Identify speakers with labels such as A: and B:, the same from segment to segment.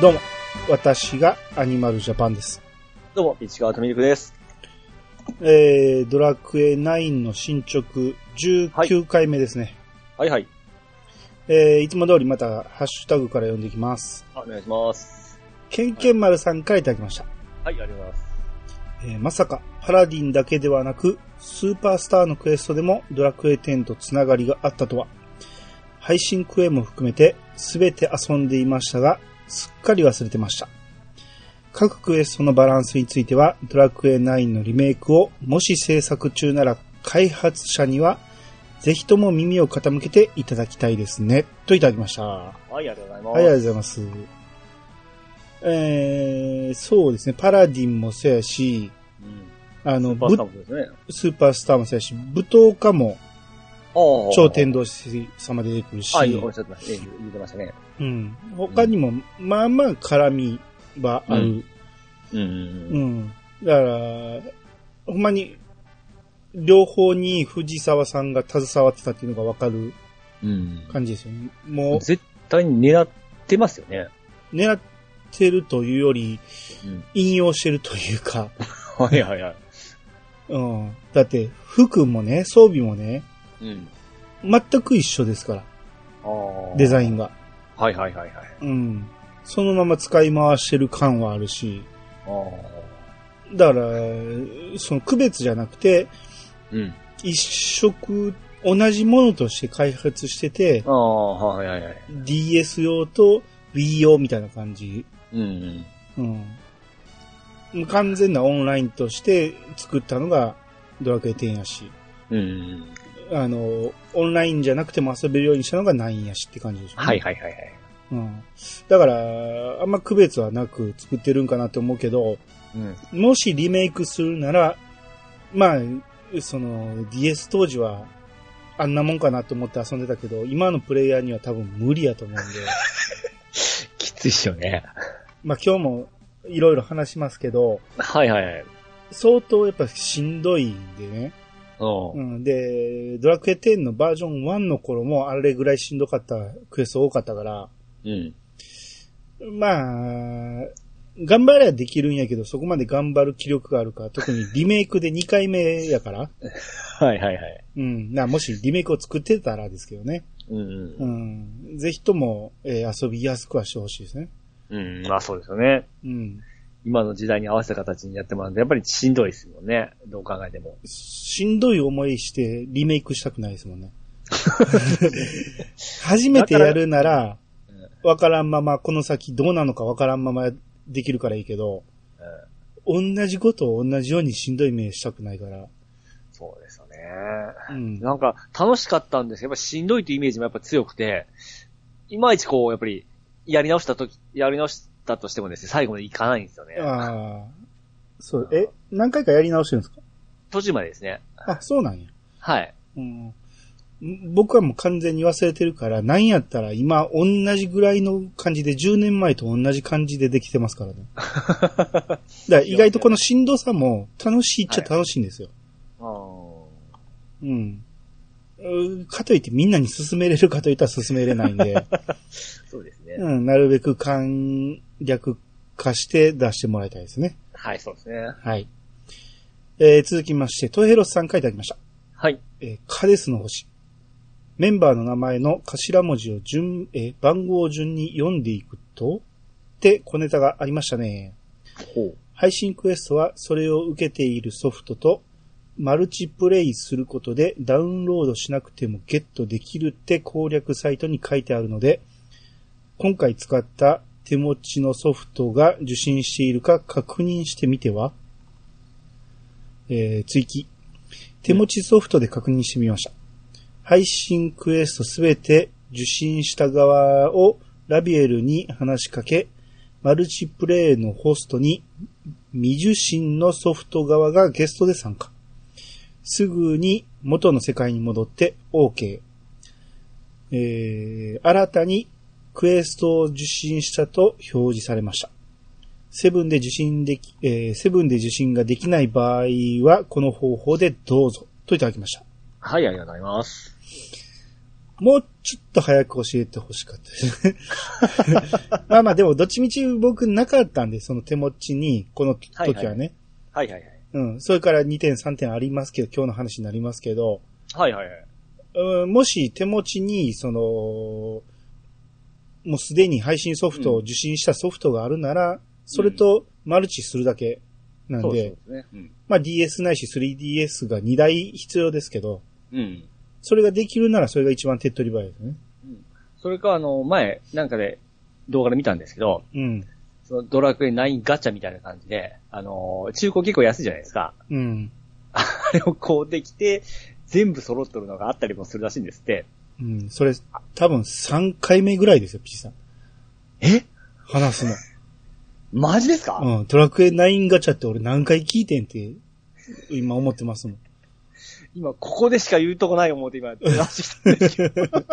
A: どうも、私がアニマルジャパンです。
B: どうも、市川とみるくです。
A: えー、ドラクエ9の進捗19回目ですね。
B: はいはい。
A: い、えー、いつも通りまたハッシュタグから読んでいきます。
B: あお願いします。
A: ケンケン丸さんからいただきました。
B: はい、ありがとうございます。
A: えーまさか、パラディンだけではなく、スーパースターのクエストでもドラクエ10とつながりがあったとは。配信クエも含めて、すべて遊んでいましたが、すっかり忘れてました。各クエストのバランスについては、ドラクエ9のリメイクを、もし制作中なら、開発者には、ぜひとも耳を傾けていただきたいですね。といただきました。はい、
B: はい、ありがとうご
A: あ
B: ざ
A: りが
B: いま
A: とうございます。えー、そうですね。パラディンもそうやし、
B: す。うん。
A: あの、
B: バ
A: ぶ
B: スタもそうですね。
A: スーパースターもそうやし、舞踏家も
B: ああ
A: 超天。道師様で出てくるし、
B: はい、おっしゃってましたね。言ってましたね。
A: うん、他にも、まあまあ絡みはある。
B: うん
A: うん。だから、ほんまに、両方に藤沢さんが携わってたっていうのがわかる
B: うんうん。
A: 感じですよね。もう、
B: 絶対に狙ってますよね。
A: 狙ってるというより、
B: うん。
A: 引用してるというか、
B: はいはいはい。
A: うん。だって、服もね、装備もね、
B: うん。
A: 全く一緒ですから、
B: ああ。
A: デザ
B: イ
A: インが。
B: ン。はいはいはいはい。
A: うん。そのまま使い回してる感はあるし、
B: ああ。
A: だから、その区別じゃなくて、
B: うん。
A: 一色同じものとして開発してて、
B: ああ、はいはいはい。
A: DS 用と Wii 用みたいな感じ。
B: うんうん。
A: うん。完全なオンラインとして作ったのがドラクエ10やし、
B: うんうん。
A: あの、オンラインじゃなくても遊べるようにしたのが9やしって感じでしょ、
B: はい。はいはいはい。
A: うん。だから、あんま区別はなく作ってるんかなと思うけど、
B: うん。
A: もしリメイクするなら、まあ、その、DS 当時は、あんなもんかなと思って遊んでたけど、今のプレイヤーには多分無理やと思うんで、
B: きついっしょね。
A: まあ今日もいろいろ話しますけど、
B: はいはいはい。
A: 相当やっぱしんどいんでね。
B: うん
A: う。ん、で、ドラクエ10のバージョン1の頃もあれぐらいしんどかったクエスト多かったから、
B: うん。
A: まあ、頑張りゃできるんやけど、そこまで頑張る気力があるか、特にリメイクで2回目やから、
B: はいはいはい。
A: うん、なもしリメイクを作ってたらですけどね、
B: うん
A: う。ん、ぜひとも、えー遊びやすくはしてほしいですね。
B: うん、まあそうですよね。
A: うん、
B: 今の時代に合わせた形にやってもらうと、やっぱりしんどいですもんね。どう考えても。
A: しんどい思いしてリメイクしたくないですもん ね。初めてやるなら、わからんまま、この先どうなのかわからんままできるからいいけど、
B: うん、
A: 同じことを同じようにしんどい目したくないから、
B: そうですよね。
A: うん。
B: なんか、楽しかったんですけど、やっぱしんどいというイメージもやっぱ強くて、いまいちこう、やっぱり、やり直したとき、やり直したとしてもですね、最後までいかないんですよね。
A: ああ。そう、え、何回かやり直してるんですか
B: 途中までですね。
A: あ、そうなんや。
B: はい。
A: うん。僕はもう完全に忘れてるから、なんやったら今同じぐらいの感じで、10年前と同じ感じでできてますからね。だから意外とこのしんどさも楽しいっちゃ楽しいんですよ。
B: あー
A: うん。うんかといってみんなに勧めれるかといったら勧めれないんで、
B: そうですね。
A: うん、なるべく簡略化して出してもらいたいですね。
B: はい、そうですね。
A: はい。えー続きまして、トヘロスさんからいただきました。
B: はい。
A: えーカデスの星。メンバーの名前の頭文字を順、えー番号を順に読んでいくと、って小ネタがありましたね。
B: ほう。
A: 配信クエストはそれを受けているソフトと、マルチプレイすることでダウンロードしなくてもゲットできるって攻略サイトに書いてあるので、今回使った手持ちのソフトが受信しているか確認してみてはえー、追記。手持ちソフトで確認してみました。配信クエストすべて受信した側をラビエルに話しかけ、マルチプレイのホストに未受信のソフト側がゲストで参加。すぐに元の世界に戻って OK。えー、新たにクエストを受信したと表示されました。セブンで受信でき、えーセブンで受信ができない場合は、この方法でどうぞ、といただきました。
B: はい、ありがとうございます。
A: もうちょっと早く教えてほしかったですね。 まあまあでも、どっちみち僕なかったんで、その手持ちに、この時はね。
B: はいはいはいはい。
A: うん。それから2点3点ありますけど、今日の話になりますけど、
B: はいはいはい。
A: うん、もし手持ちに、その、もうすでに配信ソフトを受信したソフトがあるなら、それとマルチするだけなんで、
B: そうそうですね。うん。
A: まあ DS ないし 3DS が2台必要ですけど、
B: うん。
A: それができるならそれが一番手っ取り早いですね。
B: それか、あの、前、なんかで動画で見たんですけど、
A: うん。
B: そのドラクエ9ガチャみたいな感じで、あのー、中古結構安いじゃないですか。
A: うん。
B: あれをこうできて、全部揃っとるのがあったりもするらしいんですって。
A: うん。それ、多分3回目ぐらいですよ、ピチさん。
B: え
A: 話すの。
B: マジですか、
A: うん。ドラクエ9ガチャって俺何回聞いてんって、今思ってますもん。
B: 今、ここでしか言うとこない思うて今、出してきたんですけど。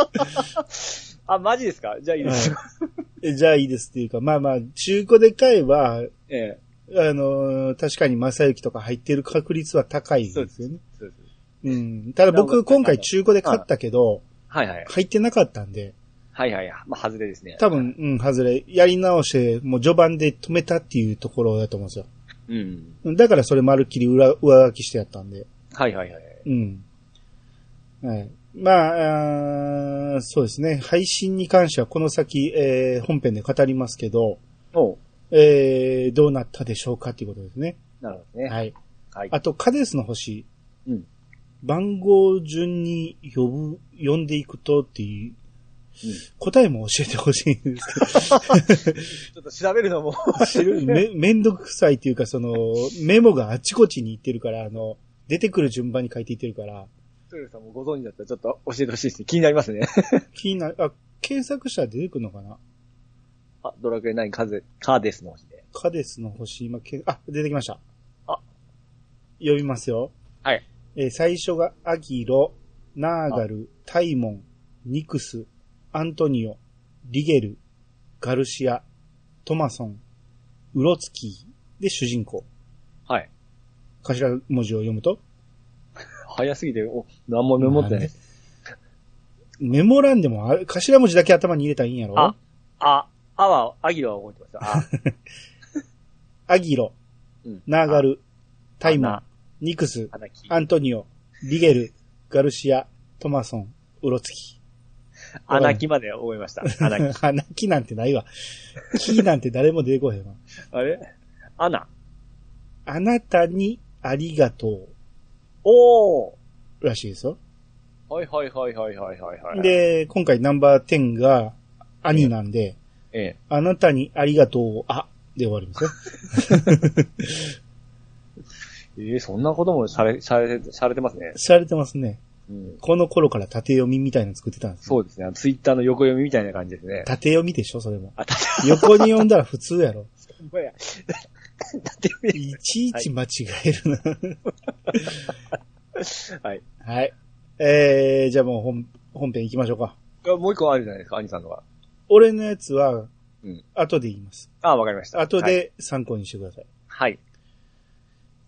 B: あ、マジですかじゃあいいです。
A: えじゃあいいですっていうか、まあまあ、中古で買えば、あ
B: え
A: のー確かに正幸とか入ってる確率は高い
B: え。そう
A: で
B: ですす
A: よ
B: よ
A: ね
B: ね。。そうです
A: うん。ただ僕、今回中古で買ったけど、
B: はいはい。
A: 入ってなかったんで、
B: はいはいはい。まあ、外れですね。
A: 多分、うん、外れ、やり直して、もう序盤で止めたっていうところだと思うんですよ。
B: うん。
A: だからそれまるっきり裏、上書きしてやったんで。
B: はいはいはい。
A: うん。はい。まあ、あーそうですね。配信に関してはこの先、えー本編で語りますけど、
B: おう
A: えーどうなったでしょうかっていうことですね。
B: なるほどね。
A: はい。
B: はい。
A: あと、カデスの星。
B: うん
A: 番号順に呼ぶ、呼んでいくとっていう、
B: うん
A: 答えも教えてほしいんですけど
B: ちょっと調べるのも
A: 知 るめ、めんどくさいっていうか、その、メモがあちこちに行ってるから、あの、出てくる順番に書いていってるから、
B: トヨルさんもご存知だったらちょっと教えてほしいですね。気になりますね。
A: 気になる、あ、検索したら出てくるのかな
B: あ、ドラクエ9カゼ、カーデスの星で。
A: カデスの星、今、けあ、出てきました。
B: あ。
A: 呼びますよ。
B: はい。
A: えー最初が、アギロ、ナーガル、タイモン、ニクス、アントニオ、リゲル、ガルシア、トマソン、ウロツキーで主人公。
B: はい。
A: 頭文字を読むと
B: 早すぎて、お、何もメモってない。
A: メモらんでも、あれ頭文字だけ頭に入れたらいいんやろ
B: あ、あ、あは、アギロは覚えてました。あ、
A: アギロ、
B: うん
A: ナーガ。ル、タイ
B: あ
A: マ
B: な
A: ー、ニクス、
B: あ花木。
A: アントニオ、リゲル、ガルシア、トマソン、ウロツキ。
B: アナキまで覚えました。ア ナキ。
A: 花木なんてないわ。木なんて誰も出てこへんわ。
B: あれアナ。
A: あなたにありがと
B: おー。
A: うらしいですよ。
B: はいはいはいはいはいはいはい。、
A: で、今回ナンバー10が兄なんで、
B: ええ。
A: あなたにありがとう、あ、で終わります よ。
B: ええ、そんなこともされ、され、されてますね。
A: 知られてますね。
B: うん。
A: この頃から縦読みみたいなの作ってたんですよ。
B: そうですね。ツイッターの横読みみたいな感じですね。
A: 縦読みでしょ、それも。
B: あ、ただ、
A: 横に読んだら普通や ろ。
B: ほんまや。だって読み、
A: いちいち間違えるな。
B: はい。
A: はい。えー、じゃあもう本、本編行きましょうか。
B: あもう一個あるじゃないですか、兄さんのが。
A: 俺のやつは
B: うん、
A: 後で言います。
B: あわかりました。
A: 後。で参考にしてください。
B: はい。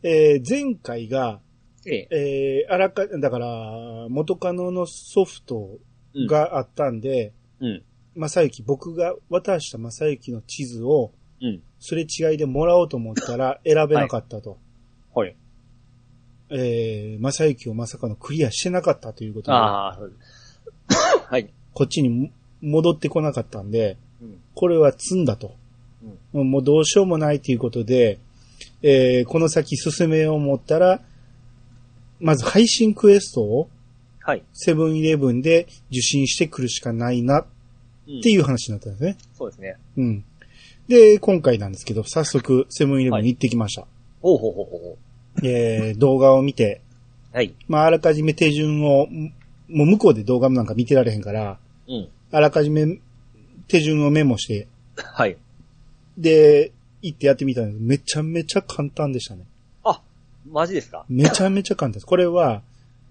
A: えー、前回が、
B: ええ。
A: えー、あらか、だから、元カノのソフトがあったんで、
B: うん。
A: 正幸、僕が渡した正幸の地図を、
B: うん。
A: すれ違いでもらおうと思った ら選べなかったと。
B: はい。
A: えー、正幸をまさかのクリアしてなかったということで、
B: ああ、そうです。はい。
A: こっちにも戻ってこなかったんで、
B: うん。
A: これは積んだと。もうどうしようもないということで、えーこの先進めよう思ったら、まず配信クエストを
B: はい。
A: セブンイレブンで受信してくるしかないなっ
B: うん
A: ていう話になったんですね。
B: そうですね。
A: うん。で、今回なんですけど、早速セブンイレブンに行ってきました。
B: ほうほうほうほうほ
A: えー動画を見て、
B: う。はい。
A: まあ、あらかじめ手順を、んもう向こうで動画なんか見てられへんから、
B: うん。
A: あらかじめ手順をメモして、
B: はい。
A: で、行ってやってみたんですめちゃめちゃ簡単でしたね。
B: あ、マジですか
A: めちゃめちゃ簡単です。これは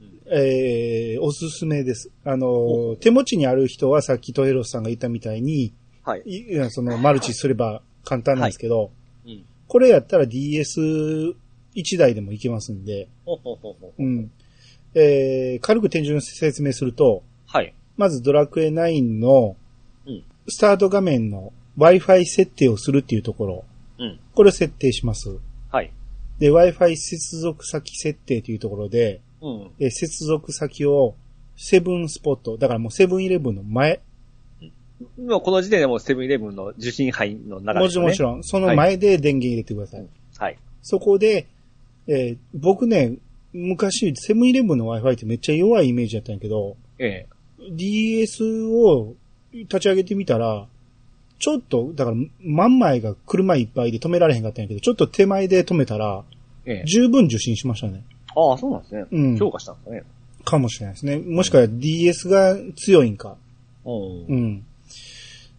B: うん、
A: えー、おすすめです。あの
B: お、
A: 手持ちにある人はさっきトヘロスさんが言ったみたいに、
B: はい。
A: いいやその、マルチすれば簡単なんですけど、
B: うん。
A: これやったら DS1 台でもいけますんで、
B: ほうほうほうほう。
A: うん。えー、軽く手順説明すると、
B: はい。
A: まずドラクエ9の
B: うん、
A: スタート画面の Wi-Fi 設定をするっていうところ、
B: うん。
A: これを設定します。
B: はい。
A: で、Wi-Fi 接続先設定というところで、
B: うん。
A: えー接続先をセブンスポット、だからもうセブンイレブンの前、
B: もうこの時点でもうセブンイレブンの受信範囲の中
A: も
B: で
A: ち
B: す
A: ろ
B: ね。
A: んもちろん、その前で電源入れてください。
B: うんはい。
A: そこで、えー僕ね、昔、セブンイレブンの Wi-Fi ってめっちゃ弱いイメージだったんやけど、
B: ええ。
A: DS を立ち上げてみたら、ちょっと、だから、万枚が車いっぱいで止められへんかったんやけど、ちょっと手前で止めたら、
B: ええ。
A: 十分受信しましたね。
B: ああ、そうなんですね。
A: うん
B: 強化したんですかね。
A: かもしれないですね。もしくは DS が強いんか。
B: う。
A: うんん。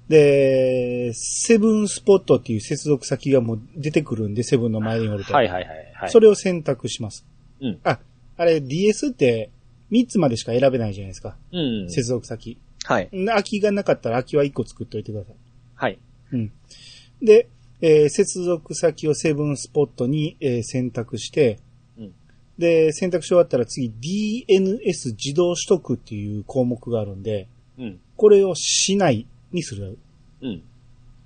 A: で、セブンスポットっていう接続先がもう出てくるんで、セブンの前に寄ると。
B: はいはいはい。はい。
A: それを選択します。
B: うん
A: あ、あれ DS って3つまでしか選べないじゃないですか。
B: うん。
A: 接続先。
B: はい。
A: ん空きがなかったら空きは1個作っといてください。
B: はい。
A: うん。で、えー接続先をセブンスポットに、えー選択して、
B: うん
A: で、選択し終わったら次 DNS 自動取得っていう項目があるんで、
B: うん。
A: これをしないにする。
B: うん。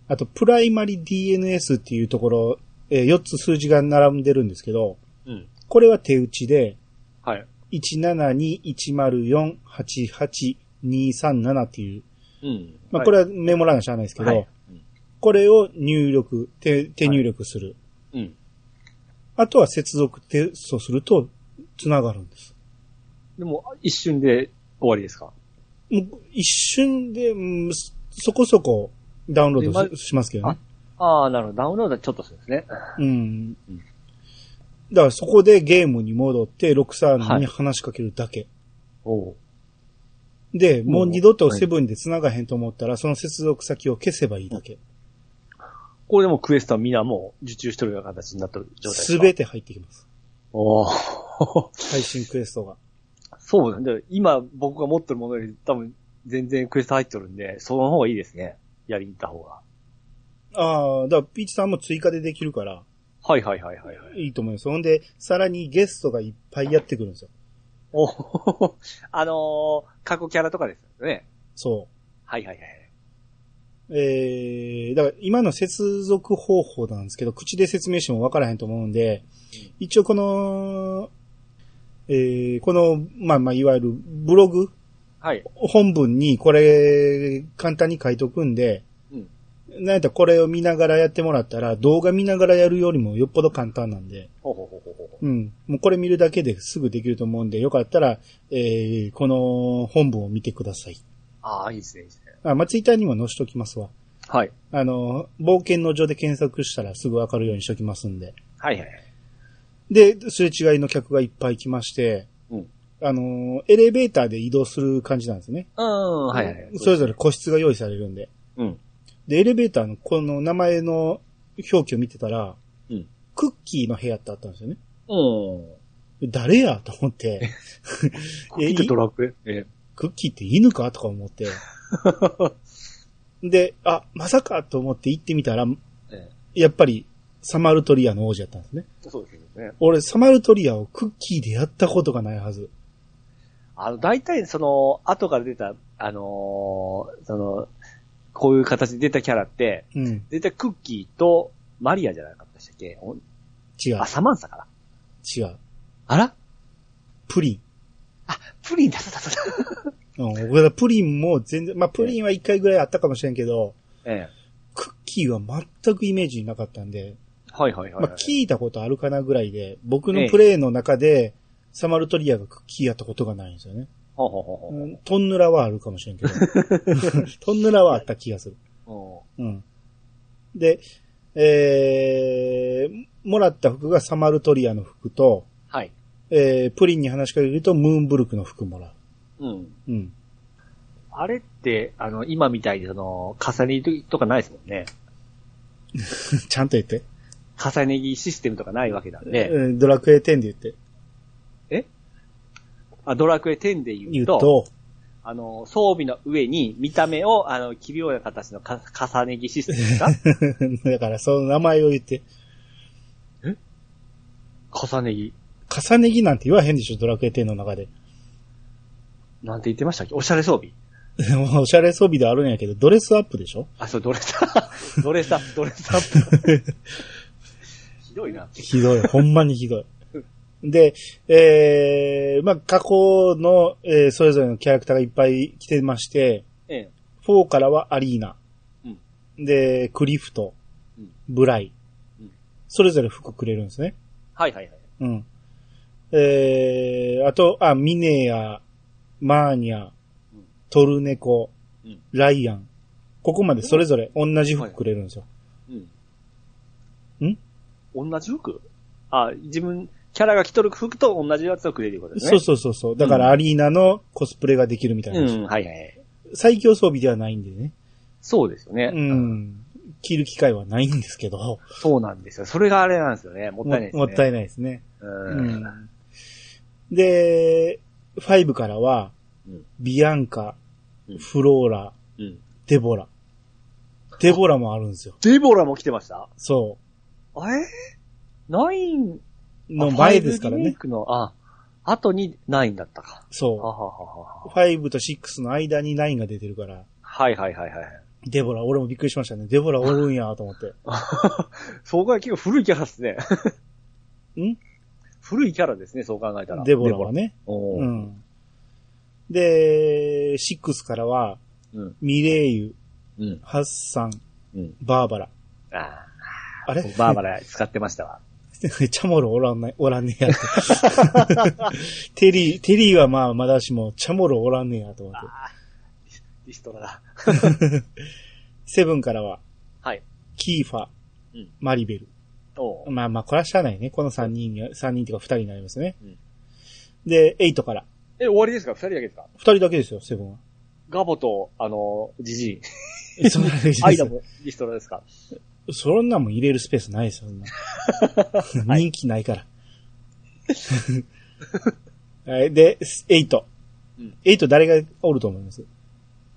A: あと、プライマリ DNS っていうところ、え4つ数字が並んでるんですけど、
B: うん。
A: これは手打ちで、
B: はい。
A: 17210488237っていう、
B: うん。
A: まあ、これはメモらなしゃあないですけど、
B: はい
A: これを入力、手手入力する。
B: うん。
A: あとは接続テストすると繋がるんです。
B: でも、一瞬で終わりですか
A: もう一瞬で、うんそこそこダウンロードし,、
B: でま
A: しますけどね。
B: ああ、なるほど。ダウンロードはちょっとするんですね。
A: うん。だからそこでゲームに戻ってロクサー
B: は
A: ヌに
B: い
A: 話しかけるだけ。
B: おう
A: で、もう二度と
B: はい
A: セブンで繋がへんと思ったら、その接続先を消せばいいだけ。
B: これでもうクエストはみんなもう受注してるような形になってる状態です
A: す
B: か
A: べて入ってきます。
B: おお。
A: 最新クエストが。
B: そうなんだ。今僕が持ってるものより多分全然クエスト入ってるんで、その方がいいですね。やりに行った方が。
A: ああ、だからピーチさんも追加でできるから、
B: はいはいはいはい、はい。
A: いいと思います。ほんで、さらにゲストがいっぱいやってくるんですよ。
B: おお。 あのー、過去キャラとかですよね。
A: そう。
B: はいはいはい。
A: えー、だから今の接続方法なんですけど、口で説明しても分からへんと思うんで
B: うん、
A: 一応この、えー、この、まあまあ、いわゆるブログ、
B: はい。
A: 本文にこれ、簡単に書いとくんで、
B: うん。
A: なんやったらこれを見ながらやってもらったら、動画見ながらやるよりもよっぽど簡単なんで、
B: ほうほうほうほうほう。
A: うん。もうこれ見るだけですぐできると思うんで、よかったら、えー、この本文を見てください。
B: ああ、いいですね、いいですね。
A: あ、まあ、ツイッターにも載せときますわ。
B: はい。
A: あの、冒険の上で検索したらすぐわかるようにしときますんで。
B: はいはいはい。
A: で、すれ違いの客がいっぱい来まして、
B: うん
A: あの、エレベーターで移動する感じなんですね。
B: うん、はいはいはい。
A: それぞれ個室が用意されるんで。
B: うん。
A: で、エレベーターのこの名前の表記を見てたら、
B: うん
A: クッキーの部屋ってあったんですよね。
B: うん。
A: 誰やと思って、
B: え、いドラクエえ
A: クッキーって犬かとか思って。で、あ、まさかと思って行ってみたら、
B: え。
A: やっぱりサマルトリアの王子だったんですね。
B: そうですよね。
A: 俺、サマルトリアをクッキーでやったことがないはず。
B: あの、大体その、後から出た、あのーその、こういう形で出たキャラって、
A: うん。
B: 絶対クッキーとマリアじゃなかったでしたっけお
A: 違う
B: あ、。サマンサかな
A: 違う。
B: あら
A: プリ
B: プリンだっただっただった。
A: ン。うん。俺はプリンも全然、まあ、プリンは一回ぐらいあったかもしれんけど、
B: ええ。
A: クッキーは全くイメージなかったんで、
B: はいはいはい、
A: ま
B: は
A: あ、
B: い。
A: 聞いたことあるかなぐらいで、僕
B: え
A: の
B: え
A: プレイの中で、サマルトリアがクッキーやったことがないんですよね。
B: ほうほうほうほう
A: うん、トンヌラはあるかもしれんけど。 トンヌラはあった気がする。
B: うん。
A: うん。で、えー、もらった服がサマルトリアの服と、
B: はい。
A: えー、プリンに話しかけると、ムーンブルクの服もら
B: うん。
A: う。うん。
B: あれって、あの、今みたいにその、重ね着とかないですもんね。
A: ちゃんと言って。
B: 重ね着システムとかないわけなんで、
A: うんドラクエ10で言って。
B: あドラクエ10で言
A: 言
B: う
A: う
B: と、
A: と、
B: あの、装備の上に見た目を、あの、奇妙な形のか重ね着システムです か
A: だからその名前を言って、
B: 重ね着。
A: 重ね着なんて言わへんでしょ、ドラクエ10の中で。
B: なんて言ってましたっけおしゃれ装備。
A: もう おしゃれ装備ではあるんやけど、ドレスアップでしょ
B: あ、そう、ドレス アップ。ドレスアップ、ドレスアップ。ひどいな。
A: ひどい。ほんまにひどい。で、えー、まあ、過去の、えーそれぞれのキャラクターがいっぱい来てまして、
B: ええ。
A: 4からはアリーナ、
B: うん
A: で、クリフト
B: うん、
A: ブライ、
B: うん
A: それぞれ服くれるんですね。
B: はいはいはい。
A: うん。えー、あと、あ、ミネや、マーニャ、トルネコ
B: うん、
A: ライアン、ここまでそれぞれ同じ服くれるんですよ。
B: うん。ん同じ服あ、自分、キャラが着とる服と同じやつをくれることです
A: そう
B: ね。
A: そうそうそう。だからアリーナのコスプレができるみたいな。
B: うん、はいはい。
A: 最強装備ではないんでね。
B: そうですよね。
A: うん。着る機会はないんですけど。も
B: そうなんですよ。それがあれなんですよね。もったいないですね。
A: もった
B: い
A: いないですね。
B: う。
A: うんん。で、5からは
B: うん、
A: ビアンカ
B: うん、
A: フローラ、
B: うん。
A: デボラ。デボラもあるんですよ。
B: デボラも来てました
A: そ
B: あれナイン
A: う。の前ですから
B: ファイブリメ
A: ね。
B: イクの、あ、後にナインだったか。はは
A: そ
B: はは
A: う。。5と6の間に9が出てるから、
B: はいはいはいはい。
A: デボラ、俺もびっくりしましたね。デボラおるんやと思って。
B: そう考え結構古いキャラですね。
A: ん
B: 古いキャラですね、そう考えたら。
A: デボラはね。
B: お
A: う
B: ー。
A: ん。で、6からは、
B: うん。
A: ミレイユ、
B: うん。
A: ハッサン、
B: うん。
A: バーバラ。
B: ああ。
A: あれ
B: バーバラ使ってましたわ。
A: めっちゃもろおらんない、おらんねやと。 テリー、テリーはまあまだしも、チャモロおらんねやと思って。
B: リストラだ。
A: セブンからは、
B: はい。
A: キーファ
B: うん、
A: マリベル。
B: おう。
A: まあまあ、これはしゃあないね。この3人に、三人というか2人になりますね
B: うん。
A: で、エイトから。
B: え、終わりですか二人だけですか
A: 2人だけですよ、セブンは。
B: ガボと、あの、ジジイ。
A: そんな
B: アイダもリストラですか
A: そんなもん入れるスペースないですよ、そん な。人気ないから。 はい、で、エイト
B: うん。
A: エイト誰がおると思います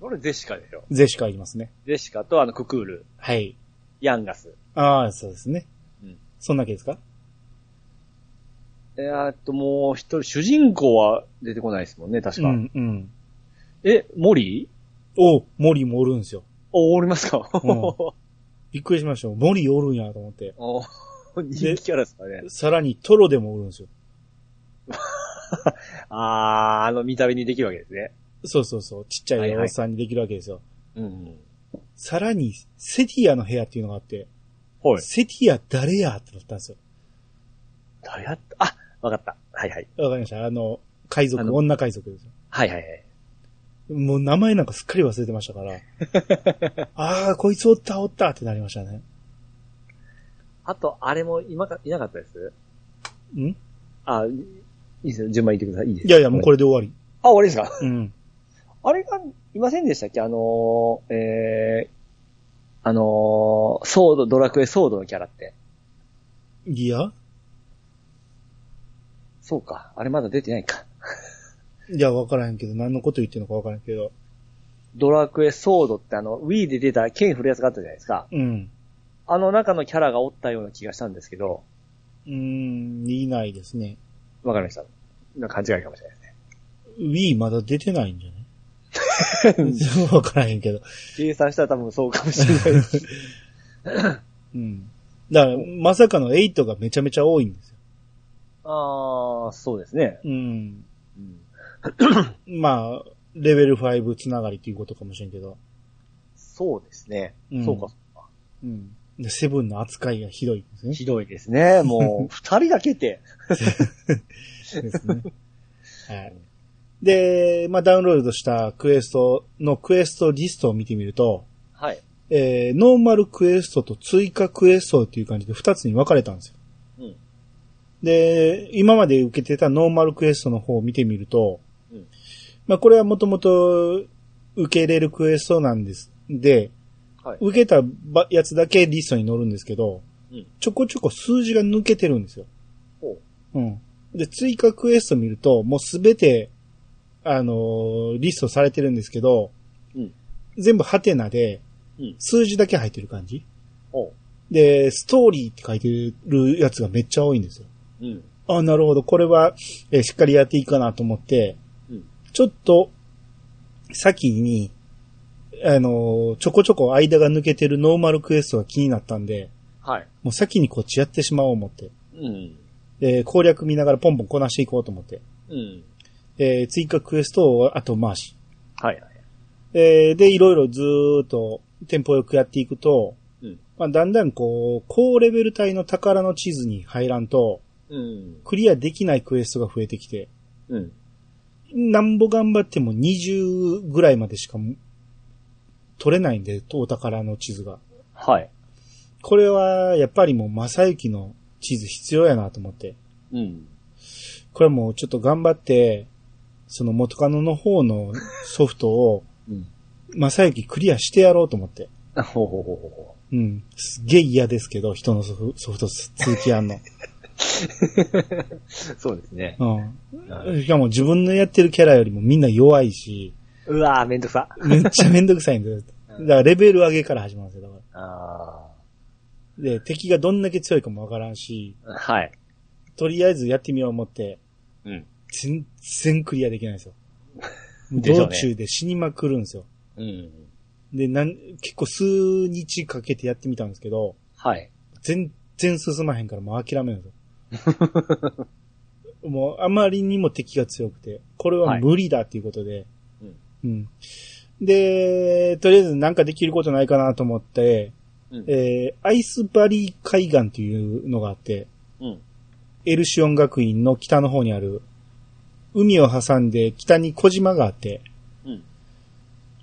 B: 俺ゼシカでしょ。
A: ゼシカいますね。
B: ゼシカとあの、ククール、
A: はい。
B: ヤンガス。
A: ああ、そうですね。
B: うん
A: そんなわけですか
B: えーっと、もう一人、主人公は出てこないですもんね、確
A: う
B: か。
A: ん、うん。
B: え、モリ
A: お森もおるんですよ。
B: お、 おりますか、
A: うんびっくりしましたよ。森おるんやと思って。
B: お人気キャラですかね。
A: さらにトロでもおるんですよ。
B: あー、あの見た目にできるわけですね。
A: そうそうそう。ちっちゃ
B: はい
A: い
B: はい
A: おっさんにできるわけですよ。
B: うん。
A: さらに、セティアの部屋っていうのがあって、
B: はい。
A: セティア誰やってなったんですよ。
B: 誰やったあ、わかった。はいはい。
A: わかりました。あの、海
B: あ
A: 賊、
B: の
A: 女海賊ですよ。
B: はいはいはい。
A: もう名前なんかすっかり忘れてましたから。 ああ、こいつおったおったってなりましたね。
B: あと、あれも今か、いなかったです
A: んい
B: あ、いいですよ。順番言ってください。いいです
A: やいや、もうこ
B: れ。
A: れで終わり。
B: あ、終わりですか
A: うん。
B: あれが、いませんでしたっけあのー、えー、あのー、ソード、ドラクエソードのキャラって。
A: いや
B: そうか。あれまだ出てないか。
A: いや、わからへんけど、何のこと言ってるのかわからへんけど。
B: ドラクエソードってあの、Wii で出た剣振るやつがあったじゃないですか。
A: うん。
B: あの中のキャラがおったような気がしたんですけど、
A: うーん、いないですね。
B: わかりました。なんか勘違いかもしれないですね。
A: Wii まだ出てないんじゃない わからへんけど。
B: 計算したら多分そうかもしれない です。
A: うん。だから、まさかの8がめちゃめちゃ多いんですよ。
B: あー、そうですね。
A: うん。
B: うん
A: まあ、レベル5つながりっていうことかもしれんけど。
B: そうですね。
A: うん
B: そうか。
A: うん。でセブンの扱いがひどいですね。
B: ひどいです ね。もう、二人だけって。
A: ですね。はい。で、まあ、ダウンロードしたクエストのクエストリストを見てみると、
B: はい。
A: えー、ノーマルクエストと追加クエストっていう感じで2つに分かれたんですよ。
B: うん
A: で、今まで受けてたノーマルクエストの方を見てみると、
B: うん
A: まあこれはもともと受けれるクエストなんです。で、
B: はい。
A: 受けたばやつだけリストに載るんですけど、
B: うん
A: ちょこちょこ数字が抜けてるんですよ。
B: ほう
A: うん。で、追加クエスト見ると、もうすべて、あのーリストされてるんですけど、
B: うん
A: 全部ハテナで
B: うん、
A: 数字だけ入ってる感じ、
B: おう。
A: で、ストーリーって書いてるやつがめっちゃ多いんですよ。
B: うん。
A: あ、なるほど。これは、えーしっかりやっていいかなと思って、
B: うん
A: ちょっと、先に、あの、ちょこちょこ間が抜けてるノーマルクエストが気になったんで、
B: はい。
A: もう先にこっちやってしまおう思って、
B: うん。
A: えー攻略見ながらポンポンこなしていこうと思って、
B: うん。
A: えー追加クエストを後回し。
B: はい。
A: えーで、いろいろずーっとテンポよくやっていくと、
B: うん
A: まあ、だんだんこう、高レベル帯の宝の地図に入らんと、
B: うん。
A: クリアできないクエストが増えてきて、
B: うん。
A: なんぼ頑張っても20ぐらいまでしか取れないんで、お宝の地図が。
B: はい。
A: これは、やっぱりもう、正幸の地図必要やなと思って。
B: うん。
A: これはもうちょっと頑張って、その元カノの方のソフトを、
B: うん。
A: 正幸クリアしてやろうと思って。
B: ほうほうほうほうほ
A: うん。すっげえ嫌ですけど、人のソフソフト続きやんの。
B: う。そうですね。
A: うん。しかも自分のやってるキャラよりもみんな弱いし、
B: うわぁ、めんどくさ。
A: めっちゃめんどくさいんだよ。だからレベル上げから始まるんですよ、だか
B: あ
A: ら。で、敵がどんだけ強いかもわからんし、
B: あ。はい。
A: とりあえずやってみよう思って、
B: うん。
A: 全然クリアできないんですよ。
B: でしょ
A: 道
B: うね
A: 中で死にまくるんですよ。
B: うん。
A: で、なん、結構数日かけてやってみたんですけど、
B: はい。
A: 全然進まへんからもう諦めるんです よ。もうあまりにも敵が強くて、これは無理だっていうことで、
B: はい
A: うん。で、とりあえずなんかできることないかなと思って、
B: うん
A: えーアイスバリー海岸というのがあって、
B: うん。
A: エルシオン学院の北の方にある、海を挟んで北に小島があって、
B: うん。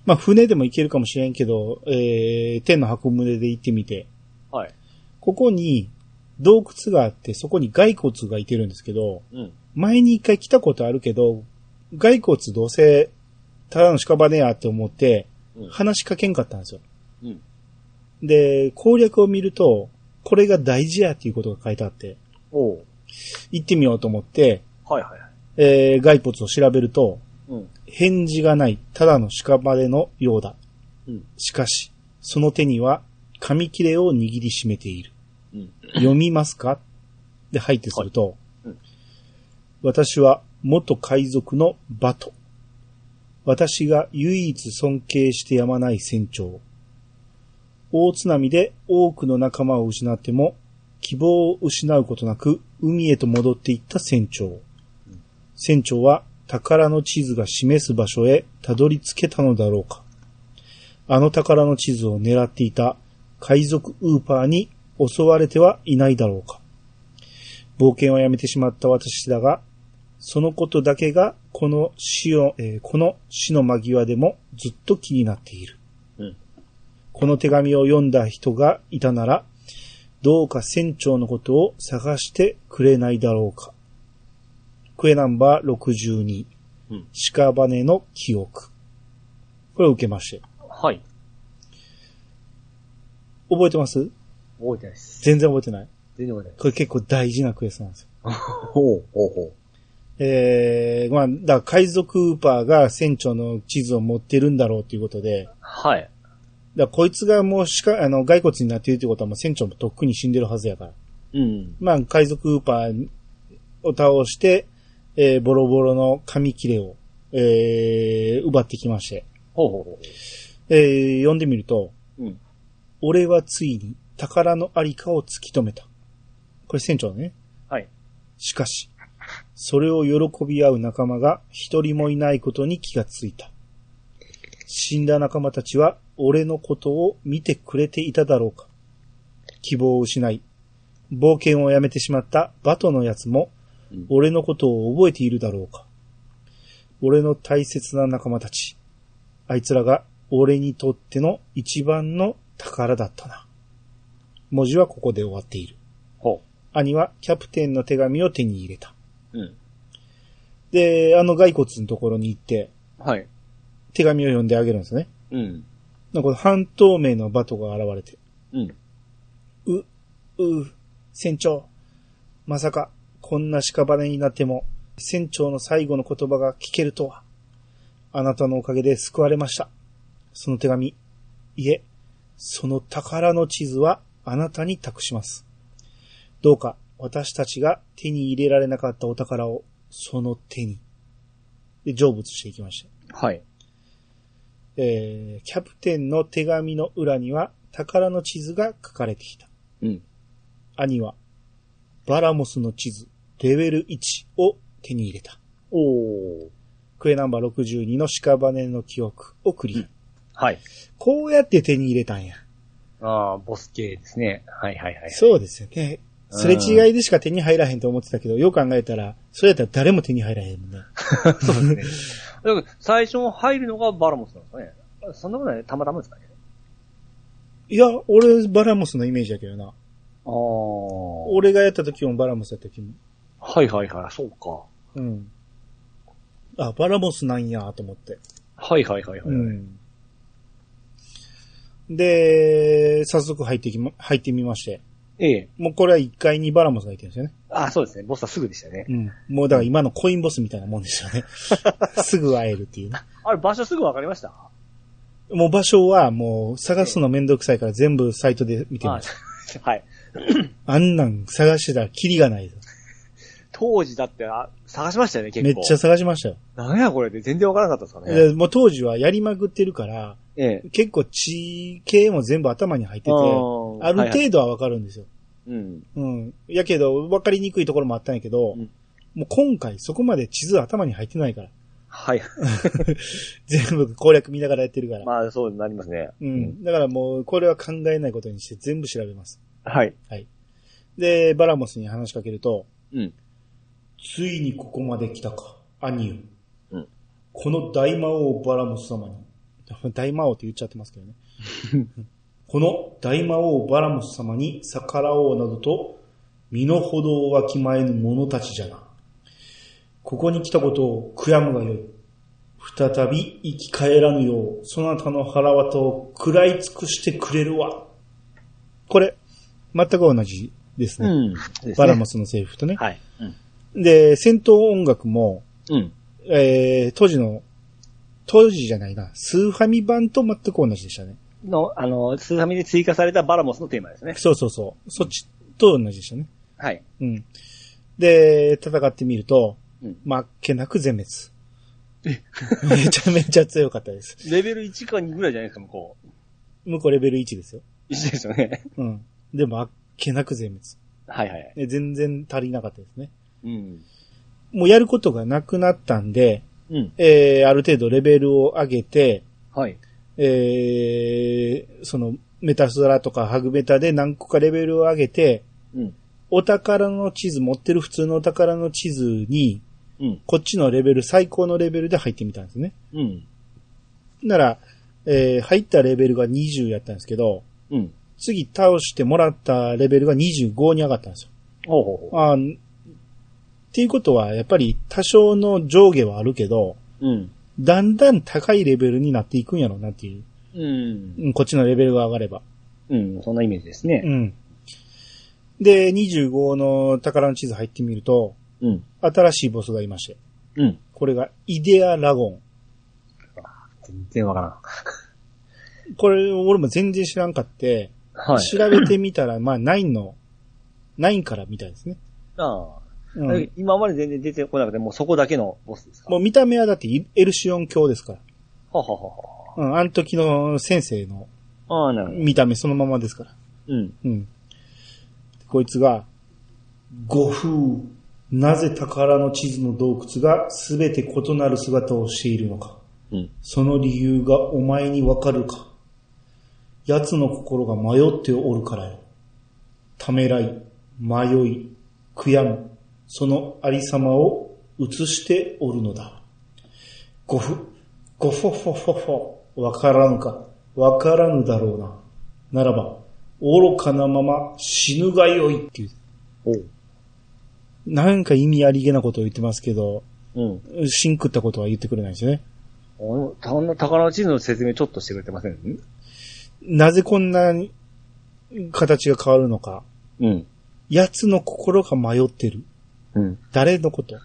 A: まあ船でも行けるかもしれんけど、えー天の箱舟で行ってみて、
B: はい。
A: ここに洞窟があって、そこに骸骨がいてるんですけど、
B: うん。
A: 前に一回来たことあるけど、骸骨どうせ、ただの屍やって思って
B: う、ん
A: 話しかけんかったんですよ。
B: うん。
A: で、攻略を見ると、これが大事やっていうことが書いてあって、
B: おう。
A: 行ってみようと思って、
B: はいはいはい。
A: えー骸骨を調べると、
B: うん。
A: 返事がない、ただの屍のようだ。
B: うん
A: しかし、その手には、紙切れを握りしめている。
B: うん。
A: 読みますかで入ってすると、
B: いうん
A: 私は元海賊のバト。私が唯一尊敬してやまない船長。大津波で多くの仲間を失っても、希望を失うことなく海へと戻っていった船長。船長は宝の地図が示す場所へたどり着けたのだろうか。あの宝の地図を狙っていた海賊ウーパーに襲われてはいないだろうか。冒険をやめてしまった私だが、そのことだけがこの死を、えーこの死の間際でもずっと気になっている。
B: うん
A: この手紙を読んだ人がいたなら、どうか船長のことを探してくれないだろうか。クエナンバー62、
B: うん
A: 屍の記憶。これを受けまして。
B: はい。
A: 覚えてます
B: 覚えてないです。
A: 全然覚えてない。
B: 全然覚えて
A: これ結構大事なクエストなんですよ。
B: ない。ほうほうほ
A: えー、まあ、だから海賊ウーパーが船長の地図を持ってるんだろうということで、だか
B: う。はい。
A: らこいつがもうしか、あの、骸骨になっているということはもう船長もとっくに死んでるはずやから。
B: うん。
A: まあ、海賊ウーパーを倒して、えー、ボロボロの紙切れを、えー、奪ってきまして、
B: ほうほうほ
A: えー、読んでみると、
B: う。うん。
A: 俺はついに宝のありかを突き止めた。これ船長ね。
B: はい。
A: しかし、それを喜び合う仲間が一人もいないことに気がついた。死んだ仲間たちは俺のことを見てくれていただろうか。希望を失い、冒険をやめてしまったバトの奴も
B: うん、
A: 俺のことを覚えているだろうか。俺の大切な仲間たち。あいつらが俺にとっての一番の宝だったな。文字はここで終わっている。
B: ほ
A: 兄はキャプテンの手紙を手に入れた。
B: う。うん。
A: で、あの骸骨のところに行って、
B: はい。
A: 手紙を読んであげるんですね。
B: うん。
A: なんかこの半透明のバトが現れて、
B: うん。
A: う、う、船長。まさか、こんな屍になっても、船長の最後の言葉が聞けるとは。あなたのおかげで救われました。その手紙、いえ、その宝の地図はあなたに託します。どうか、私たちが手に入れられなかったお宝を、その手に。で、成仏していきました。
B: はい。
A: えーキャプテンの手紙の裏には宝の地図が書かれていた。
B: うん。
A: 兄は、バラモスの地図、レベル1を手に入れた。
B: おお。
A: クエナンバー62の屍の記憶をクリア。
B: はい。
A: こうやって手に入れたんや。
B: ああ、ボス系ですね。はいはいはい。
A: そうですよね。
B: うん
A: すれ違いでしか手に入らへんと思ってたけど、よう考えたら、それやったら誰も手に入らへんもんね。
B: そうです ね。だから最初入るのがバラモスなんですかね。そんなことない、たまたまですかね。
A: いや、俺、バラモスのイメージだけどな。
B: ああ。
A: 俺がやった時もバラモスやった時も。
B: はいはいはい、そうか。
A: うん。あ、バラモスなんやと思って。
B: はいはいはいはい。
A: うん。で、早速入ってきま、入ってみまして。
B: ええ。
A: もうこれは1階にバラモスがいてるんですよね。
B: あそうですね。ボスはすぐでしたね。
A: うん。もうだから今のコインボスみたいなもんですよ ね。すぐ会えるっていうね。
B: あれ、場所すぐわかりました
A: もう場所はもう探すのめんどくさいから全部サイトで見てま
B: あ
A: す。
B: はい。
A: あんなん探してたらキリがないぞ。
B: 当時だってあ、探しましたよね、結
A: めっ
B: 構。
A: ちゃ探しましたよ。
B: 何やこれって全然わからなかったですかね。
A: でもう当時はやりまくってるから、
B: ええ。
A: 結構地形も全部頭に入ってて、
B: ー
A: ある
B: はいはい
A: 程度はわかるんですよ。
B: うん。
A: うん。やけど、わかりにくいところもあったんやけど、
B: うん
A: もう今回そこまで地図頭に入ってないから。
B: はい。
A: 全部攻略見ながらやってるから。
B: まあ、そうなりますね。
A: う。ん。だからもう、これは考えないことにして全部調べます。
B: はい。
A: で、バラモスに話しかけると、
B: うん。
A: ついにここまで来たか、兄よ。
B: うん
A: この大魔王バラモス様に、 大魔王って言っちゃってますけどね。 この大魔王バラモス様に逆らおうなどと、身の程をわきまえぬ者たちじゃな。ここに来たことを悔やむがよい。再び生き返らぬよう、そなたの腹渡を食らい尽くしてくれるわ。これ、全く同じですね。
B: うん。
A: バラモ
B: ス。
A: スのセリフとね。
B: はい。うん。
A: で、戦闘音楽も、
B: うん。
A: えー、当時の、当時じゃないな、スーファミ版と全く同じでしたね。
B: の、あの、スーハミで追加されたバラモスのテーマですね。
A: そうそうそう。そっちと同じでしたね。
B: はい。
A: うん。で、戦ってみると、
B: うん
A: 負けなく全滅。 めちゃめちゃ強かったです。
B: レベル1か2ぐらいじゃないですか、向こう。
A: 向こうレベル1ですよ。
B: 1ですよね。
A: うん。でも、あっけなく全滅。
B: はいはいはい。
A: で全然足りなかったですね。
B: うん。
A: もうやることがなくなったんで、
B: うん。
A: えー、ある程度レベルを上げて、
B: はい。
A: えーその、メタスラとかハグメタで何個かレベルを上げて、
B: うん。
A: お宝の地図、持ってる普通のお宝の地図に、
B: うん。
A: こっちのレベル、最高のレベルで入ってみたんですね。
B: うん。
A: なら、えー入ったレベルが20やったんですけど、
B: うん。
A: 次倒してもらったレベルが25に上がったんですよ。
B: ほうほうほ
A: あーっていうことは、やっぱり多少の上下はあるけど、
B: う。うん。
A: だんだん高いレベルになっていくんやろうなっていう
B: うん。
A: うん。こっちのレベルが上がれば。
B: うん。そんなイメージですね。
A: うん。で、25の宝の地図入ってみると、
B: うん。
A: 新しいボスがいまして。
B: うん。
A: これが、イデアラゴ
B: 全然わか
A: ン。これ、俺も全然知らんかって、
B: らん。は。
A: 調べてみたら、まあ、9の、9からみたいですね。
B: あ
A: う
B: あ。
A: ん。
B: 今まで全然出てこなくて、もうそこだけのボスですか
A: もう見た目はだってイ、エルシオン教ですから。
B: ははは
A: うん、あの時の先生の
B: は。ああ、なるほど。
A: 見た目そのままですから。
B: うん。
A: うん。こいつが、ご風、なぜ宝の地図の洞窟が全て異なる姿をしているのか。
B: うん。
A: その理由がお前にわかるか。奴の心が迷っておるからよ。ためらい、迷い、悔やむ、そのありさまを映しておるのだ。ごふ、ごふふふふ、わからぬか、わからぬだろうな。ならば、愚かなまま死ぬがよいっていう。
B: お
A: なんか意味ありげなことを言ってますけど、
B: うん。
A: シンクったことは言ってくれないんですよね。
B: おたの宝の地図の説明ちょっとしてくれてません
A: なぜこんなに形が変わるのか。
B: うん。
A: 奴の心が迷ってる。
B: うん。
A: 誰のこと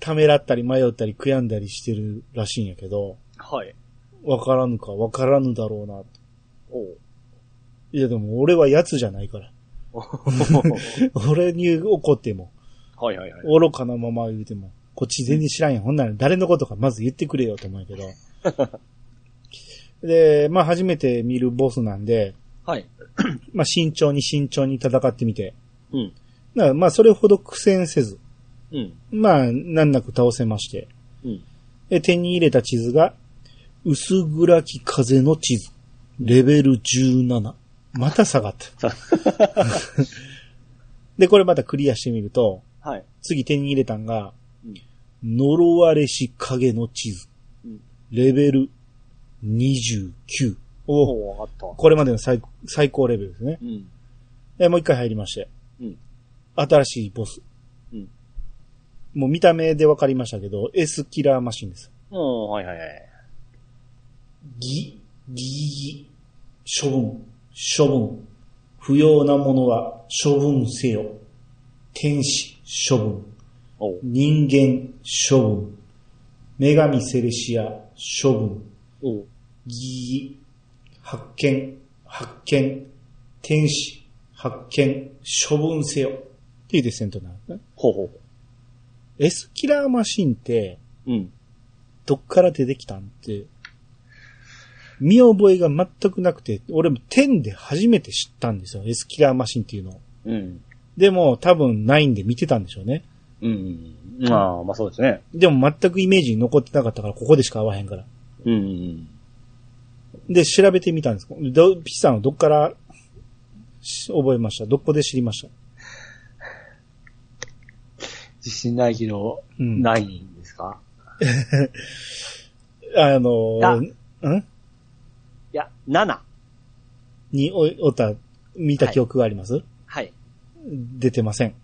A: ためらったり迷ったり悔やんだりしてるらしいんやけど、
B: はい。
A: わからぬかわからぬだろうな。
B: お
A: いやでも俺は奴じゃないから。
B: おは
A: 俺に怒っても、
B: いはいはい。
A: 愚かなまま言うても、こっち全然知らんやん。ほんなら誰のことかまず言ってくれよと思うんやけど。で、まあ初めて見るボスなんで、
B: はい。
A: まあ慎重に慎重に戦ってみて。
B: うん。
A: だからまあそれほど苦戦せず、
B: うん。
A: まあ難なく倒せまして。
B: うん。
A: で手に入れた地図が、薄暗き風の地図。レベル17。また下がった。 で、これまたクリアしてみると、
B: はい。
A: 次手に入れたんが
B: うん、
A: 呪われし影の地図
B: うん。
A: レベル29。お
B: おう、わかった。
A: これまでの最最高レベルですね。
B: うん。
A: えもう一回入りまして。
B: うん
A: 新しいボス。
B: うん
A: もう見た目で分かりましたけど、S キラーマシンです。
B: うん、はいはいはい。
A: ぎ、ぎぎ、処分、処分。不要なものは処分せよ。天使、処分。
B: おう。
A: 人間、処分。女神セレシア、処分。
B: おう。
A: ギー、発見、発見。天使、発見、処分せよ。っていうデッセントになる。
B: ほうほう。
A: S キラーマシンって、
B: うん。
A: どっから出てきたんって、見覚えが全くなくて、俺も10で初めて知ったんですよ。S キラーマシンっていうのを。
B: うん。
A: でも多分9で見てたんでしょうね。
B: うん。まあ、まあそうですね。
A: でも全くイメージに残ってなかったから、ここでしか会わへんから。
B: うん。
A: で、調べてみたんです。どピッさんはどっからし覚えましたどこで知りました
B: 自信ないけど、
A: うん
B: ないんですか
A: あの
B: あ
A: ー、ん
B: いや、7。
A: におおった、見た記憶があります、
B: はい。
A: 出てません。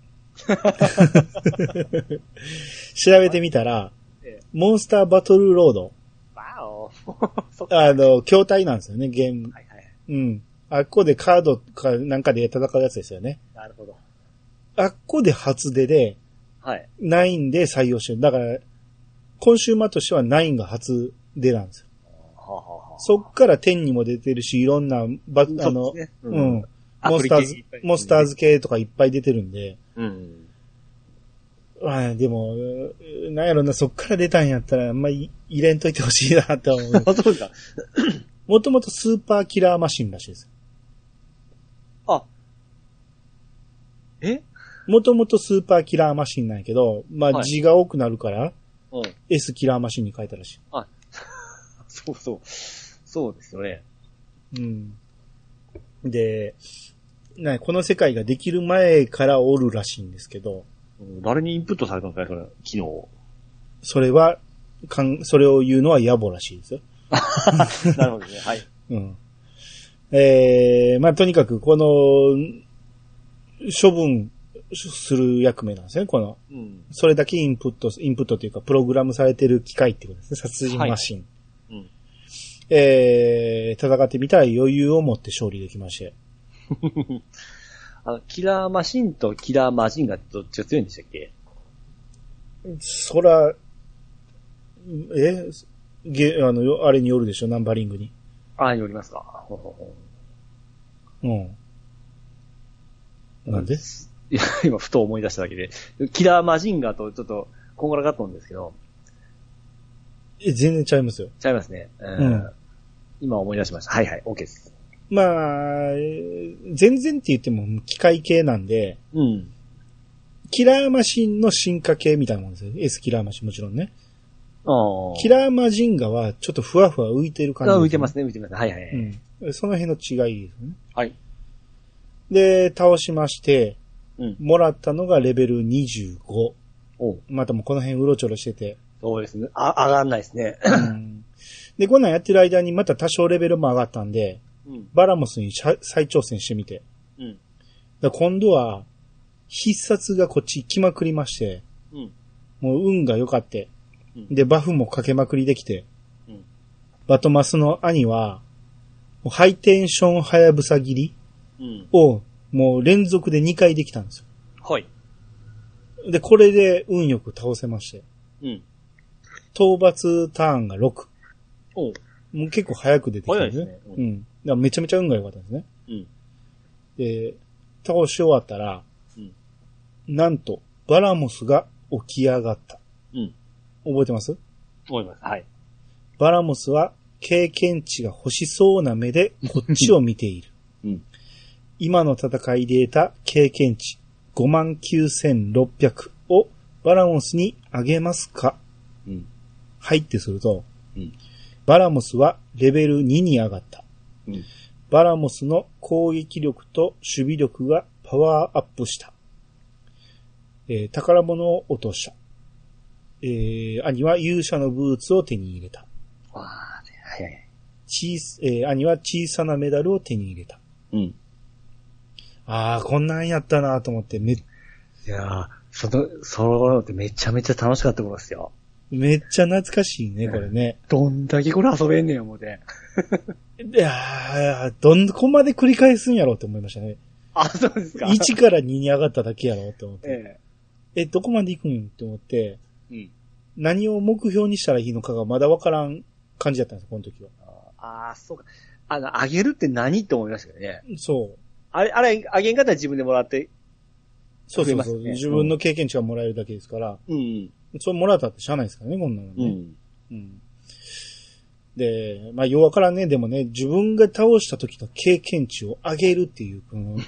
A: 調べてみたら
B: ええ、
A: モンスターバトルロード。
B: わお。 そっか。
A: あの、筐体なんですよね、ゲーム。
B: はいはい。
A: うん。あっこでカードかなんかで戦うやつですよね。
B: なるほど。
A: あっこで初出で、
B: はい。
A: 9で採用してる。だから、コンシューマーとしては9が初出なんですよ。
B: はあ、はあはあ、
A: そっから10にも出てるし、いろんなバ、あ
B: そ
A: の、
B: うですね
A: う
B: うん
A: ん。モンスターズ、モンスターズ。系とかいっぱい出てるんで、
B: うん。
A: ああ、でも、うーなんやろな、そっから出たんやったら、あんまり入れんといてほしいなって思う。
B: あ、そうですか。
A: もともとスーパーキラーマシンらしいです。
B: あ。え
A: もともとスーパーキラーマシンなんやけど、まあ
B: はい
A: 字が多くなるから、
B: うん。
A: S キラーマシンに変えたらし
B: そうそう。そうですよね。
A: い。うん。で、なこの世界ができる前からおるらしいんですけど、
B: うん誰にインプットされたんですかね、それ、昨
A: それは、かん、それを言うのは野暮らしいですよ。
B: 日。なるほどね。はい。
A: うん。えー、まあ、とにかく、この、処分する役目なんですね、この。
B: うん。
A: それだけインプット、インプットというか、プログラムされてる機械ってことですね、殺人マシン。
B: はいうん
A: えー、戦ってみたら余裕を持って勝利できまして。
B: あの、キラーマシンとキラーマシンがどっちが強いんでしたっけ
A: そら、えげ、あの、よあれによるでしょ、ナンバリングに。
B: あ、よりますか。ほうほうほ
A: うん。
B: う
A: なんで
B: いや、今、ふと思い出しただけで。キラーマジンガーとちょっと、こんがらかったんですけど、
A: え全然ちゃいますよ。
B: ちゃいますね。えー
A: うん
B: 今思い出しました。はいはい、OK です。
A: まあ、えー全然って言っても機械系なんで、
B: うん。
A: キラーマシンの進化系みたいなもんですよ。S キラーマシンもちろんね。
B: ああ。
A: キラーマジンガはちょっとふわふわ浮いてる感じ、
B: あ浮いてますすね、浮いてますね。はいはい。はい
A: ね。うん。その辺の違いですね。
B: はい。
A: で、倒しまして、
B: うん
A: もらったのがレベル25。
B: おう
A: またもうこの辺うろちょろしてて。
B: そうですね。あ、上がんないですね。
A: うんで、こんなんやってる間にまた多少レベルも上がったんで、
B: うん。
A: バラモスにしゃ再挑戦してみて。
B: うん。
A: だから今度は、必殺がこっち来まくりまして、
B: うん。
A: もう運が良かって。
B: うん
A: で、バフもかけまくりできて。
B: うん
A: バトマスの兄は、もうハイテンションハヤブサ切り
B: うん。
A: を、もう連続で2回できたんです
B: はい。
A: よ。で、これで運よく倒せまして。
B: うん。
A: 討伐ターンが6。
B: おう
A: もう結構早く出てきたんですね。
B: 早いですね
A: う。
B: うん
A: だからめちゃめちゃ運が良かったんですね。
B: うん。
A: で、倒し終わったら、
B: うん
A: なんと、バラモスが起き上がった。
B: うん。
A: 覚えてます
B: 思います。はい。
A: バラモスは経験値が欲しそうな目でこっちを見てい る。
B: うん
A: 今の戦いで得た経験値59,600をバラモスにあげますか
B: うん。
A: はいってすると、
B: うん
A: バラモスはレベル2に上がった。
B: うん。
A: バラモスの攻撃力と守備力がパワーアップした。えー宝物を落とした。えー兄は勇者のブーツを手に入れた。
B: わあ、はいはい。
A: 小さ、えー兄は小さなメダルを手に入れた。
B: うん。い
A: ああ、こんなんやったなと思って、め、
B: やーその、そのってめちゃめちゃ楽しかったことですよ。
A: めっちゃ懐かしいね、これね。
B: どんだけこれ遊べんねん、思うて。
A: いやーどんこまで繰り返すんやろうって思いましたね。
B: あ、そうですか。
A: 1から2に上がっただけやろうって思って。
B: え
A: え、どこまで行くんって思って、
B: え。うん。
A: 何を目標にしたらいいのかがまだわからん感じだったんですよ、この時は。
B: ああ、そうか。あの、あげるって何って思いましたけどね。
A: そう。
B: あれ、あれ、あげんかったら自分でもらって。
A: そう
B: 増
A: そ
B: え
A: う
B: ま
A: そ
B: す
A: う、
B: ね
A: 自分の経験値がもらえるだけですから、
B: うん。
A: それもらったってしゃあないですからね、こんなのね。
B: ん。
A: うんで、まあ、弱からんね、でもね、自分が倒した時の経験値を上げるっていう、こ の、
B: まあ、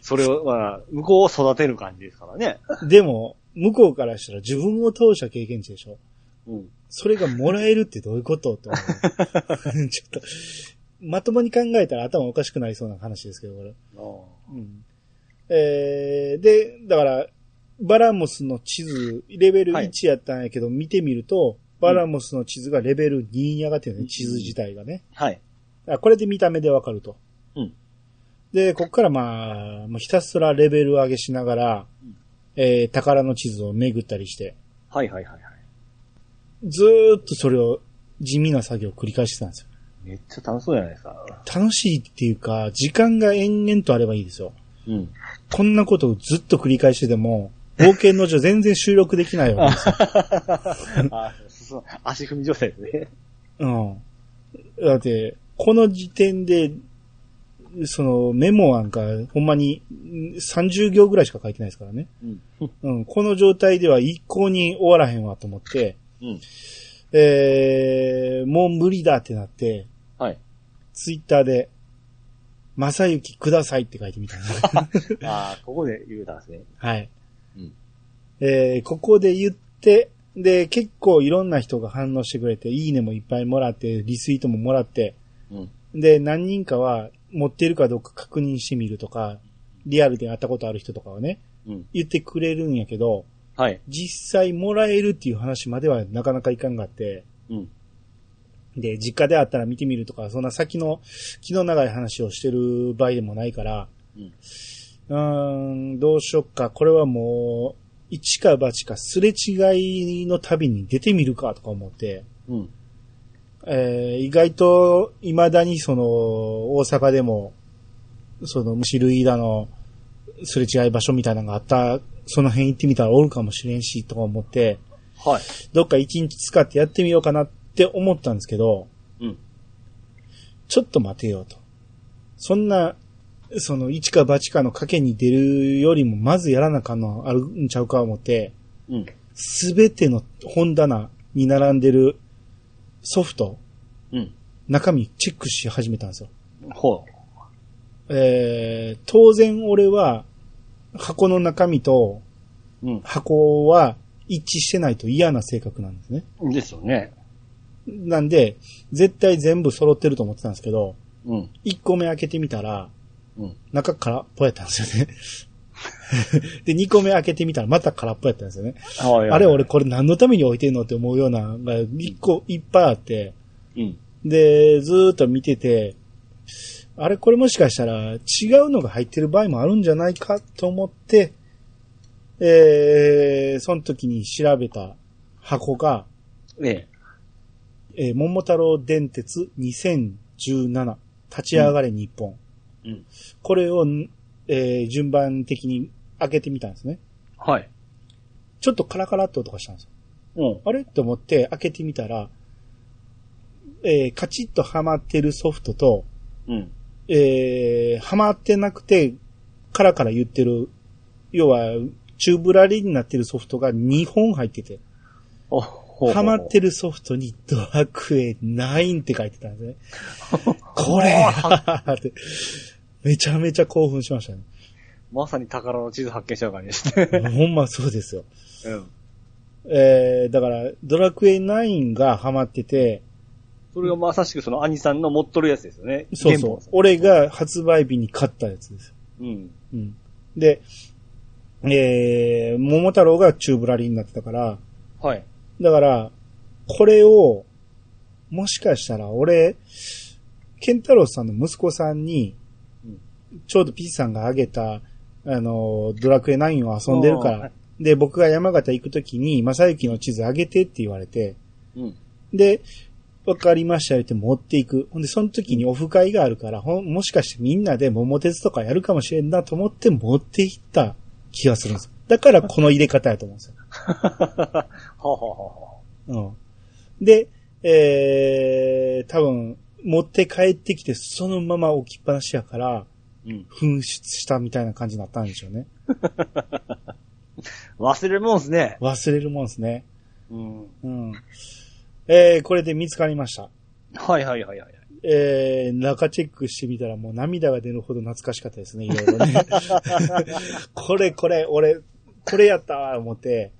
B: それを、まあ、向こうを育てる感じですからね。
A: でも、向こうからしたら自分を倒した経験値でしょ。
B: うん。
A: それがもらえるってどういうことと思 うちょっと、まともに考えたら頭おかしくなりそうな話ですけど、これ。うん。えー、で、だから、バラモスの地図、レベル
B: はい
A: 1やったんやけど、見てみると、バラモスの地図がレベル2に上がってるね、
B: うん
A: 地図自体がね。
B: はい。
A: あこれで見た目でわかると。
B: うん
A: で、こっからまあ、もうひたすらレベル上げしながら、
B: うん
A: えー宝の地図を巡ったりして、
B: はいはいはいはい。
A: ずーっとそれを地味な作業を繰り返してたんですよ。
B: めっちゃ楽しそうじゃないですか。
A: 楽しいっていうか、時間が延々とあればいいですよ。
B: うん。
A: こんなことをずっと繰り返してても、冒険の女全然収録できないわけですよ。
B: あそう、足踏み状態ですね。
A: うん。だって、この時点で、そのメモなんか、ほんまにん30行ぐらいしか書いてないですからね。
B: うん。
A: うん、この状態では一向に終わらへんわと思って、
B: うん。
A: えー、もう無理だってなって、
B: はい。
A: ツイッターで、まさゆきくださいって書いてみたんです。
B: ああ、ここで言うたんですね。
A: はい。
B: うん
A: えー、ここで言って、で、結構いろんな人が反応してくれて、いいねもいっぱいもらって、リツイートももらって、
B: うん。
A: で、何人かは持ってるかどうか確認してみるとか、リアルで会ったことある人とかはね、
B: うん。
A: 言ってくれるんやけど、
B: はい。
A: 実際もらえるっていう話まではなかなかいかんがあって、
B: うん。
A: で、実家であったら見てみるとか、そんな先の気の長い話をしてる場合でもないから、
B: うん。
A: うーん、どうしよっか、これはもう、一か八かすれ違いの旅に出てみるかとか思って、
B: うん。
A: えー意外と未だにその、大阪でも、その、虫類だの、すれ違い場所みたいなのがあった、その辺行ってみたらおるかもしれんし、とか思って、
B: はい。
A: どっか一日使ってやってみようかなって思ったんですけど、
B: うん。
A: ちょっと待てよと。そんな、その、一か八かの賭けに出るよりも、まずやらなあかんのあるんちゃうか思って、
B: うん。
A: すべての本棚に並んでるソフト、
B: うん。
A: 中身チェックし始めたんですよ。
B: ほ
A: えー、当然俺は、箱の中身と
B: う。う
A: 箱は一致してないと嫌な性格なんですね。
B: ん。ですよね。
A: なんで、絶対全部揃ってると思ってたんですけど、
B: うん。
A: 1個目開けてみたら、
B: うん。
A: 中空っぽやったんですよね。 で、2個目開けてみたらまた空っぽやったんですよね。
B: はい
A: あれ俺これ何のために置いてんのって思うような、が1個いっぱいあって、
B: うん。
A: で、ずーっと見てて、あれこれもしかしたら違うのが入ってる場合もあるんじゃないかと思って、えー、その時に調べた箱が、
B: ええ。
A: えー、桃太郎電鉄2017、立ち上がれ日本。
B: うん。
A: これを、えー順番的に開けてみたんですね。
B: はい。
A: ちょっとカラカラっと音がしたんですよ。
B: うん。
A: あれって思って開けてみたら、えーカチッとはまってるソフトと、
B: うん。
A: えーはまってなくて、カラカラ言ってる、要は、チューブラリになってるソフトが2本入ってて、
B: おほうほうほう
A: ハマってるソフトにドラクエ9って書いてたんです ね。これやって めちゃめちゃ興奮しましたね。
B: まさに宝の地図発見した感じですね。
A: ほんまそうですよ。
B: うん。
A: えー、だから、ドラクエ9がハマってて、
B: それがまさしくその兄さんの持っとるやつですよね。
A: そう
B: 原本
A: そう
B: です。
A: 俺が発売日に買ったやつです。
B: うん。
A: うん。で、えー、桃太郎がチューブラリーになってたから、
B: はい。
A: だから、これを、もしかしたら俺、ケンタロウさんの息子さんに
B: うん、
A: ちょうど P さんがあげた、あの、ドラクエ9を遊んでるか
B: あーは
A: ら、で、僕が山形行くときに、正幸の地図あげてって言われて、
B: うん。
A: で、わかりましたよって持っていく。ほんで、その時にオフ会があるから、ほん、もしかしてみんなで桃鉄とかやるかもしれんなと思って持っていった気がするんです。だからこの入れ方やと思うんですよ。
B: はあ、はあはあは
A: うん。で、えー、多分、持って帰ってきてそのまま置きっぱなしやから、
B: あ、うん。
A: 紛失したみたいな感じになったんでしょうね。
B: 忘れるもんですね。
A: 忘れるもんですね。
B: うん。
A: うん。えー、これで見つかりました。
B: はいはいはいはい。
A: えー、中チェックしてみたらもう涙が出るほど懐かしかったですね、いろいろね。 これこれ、俺、これやったわ、思って。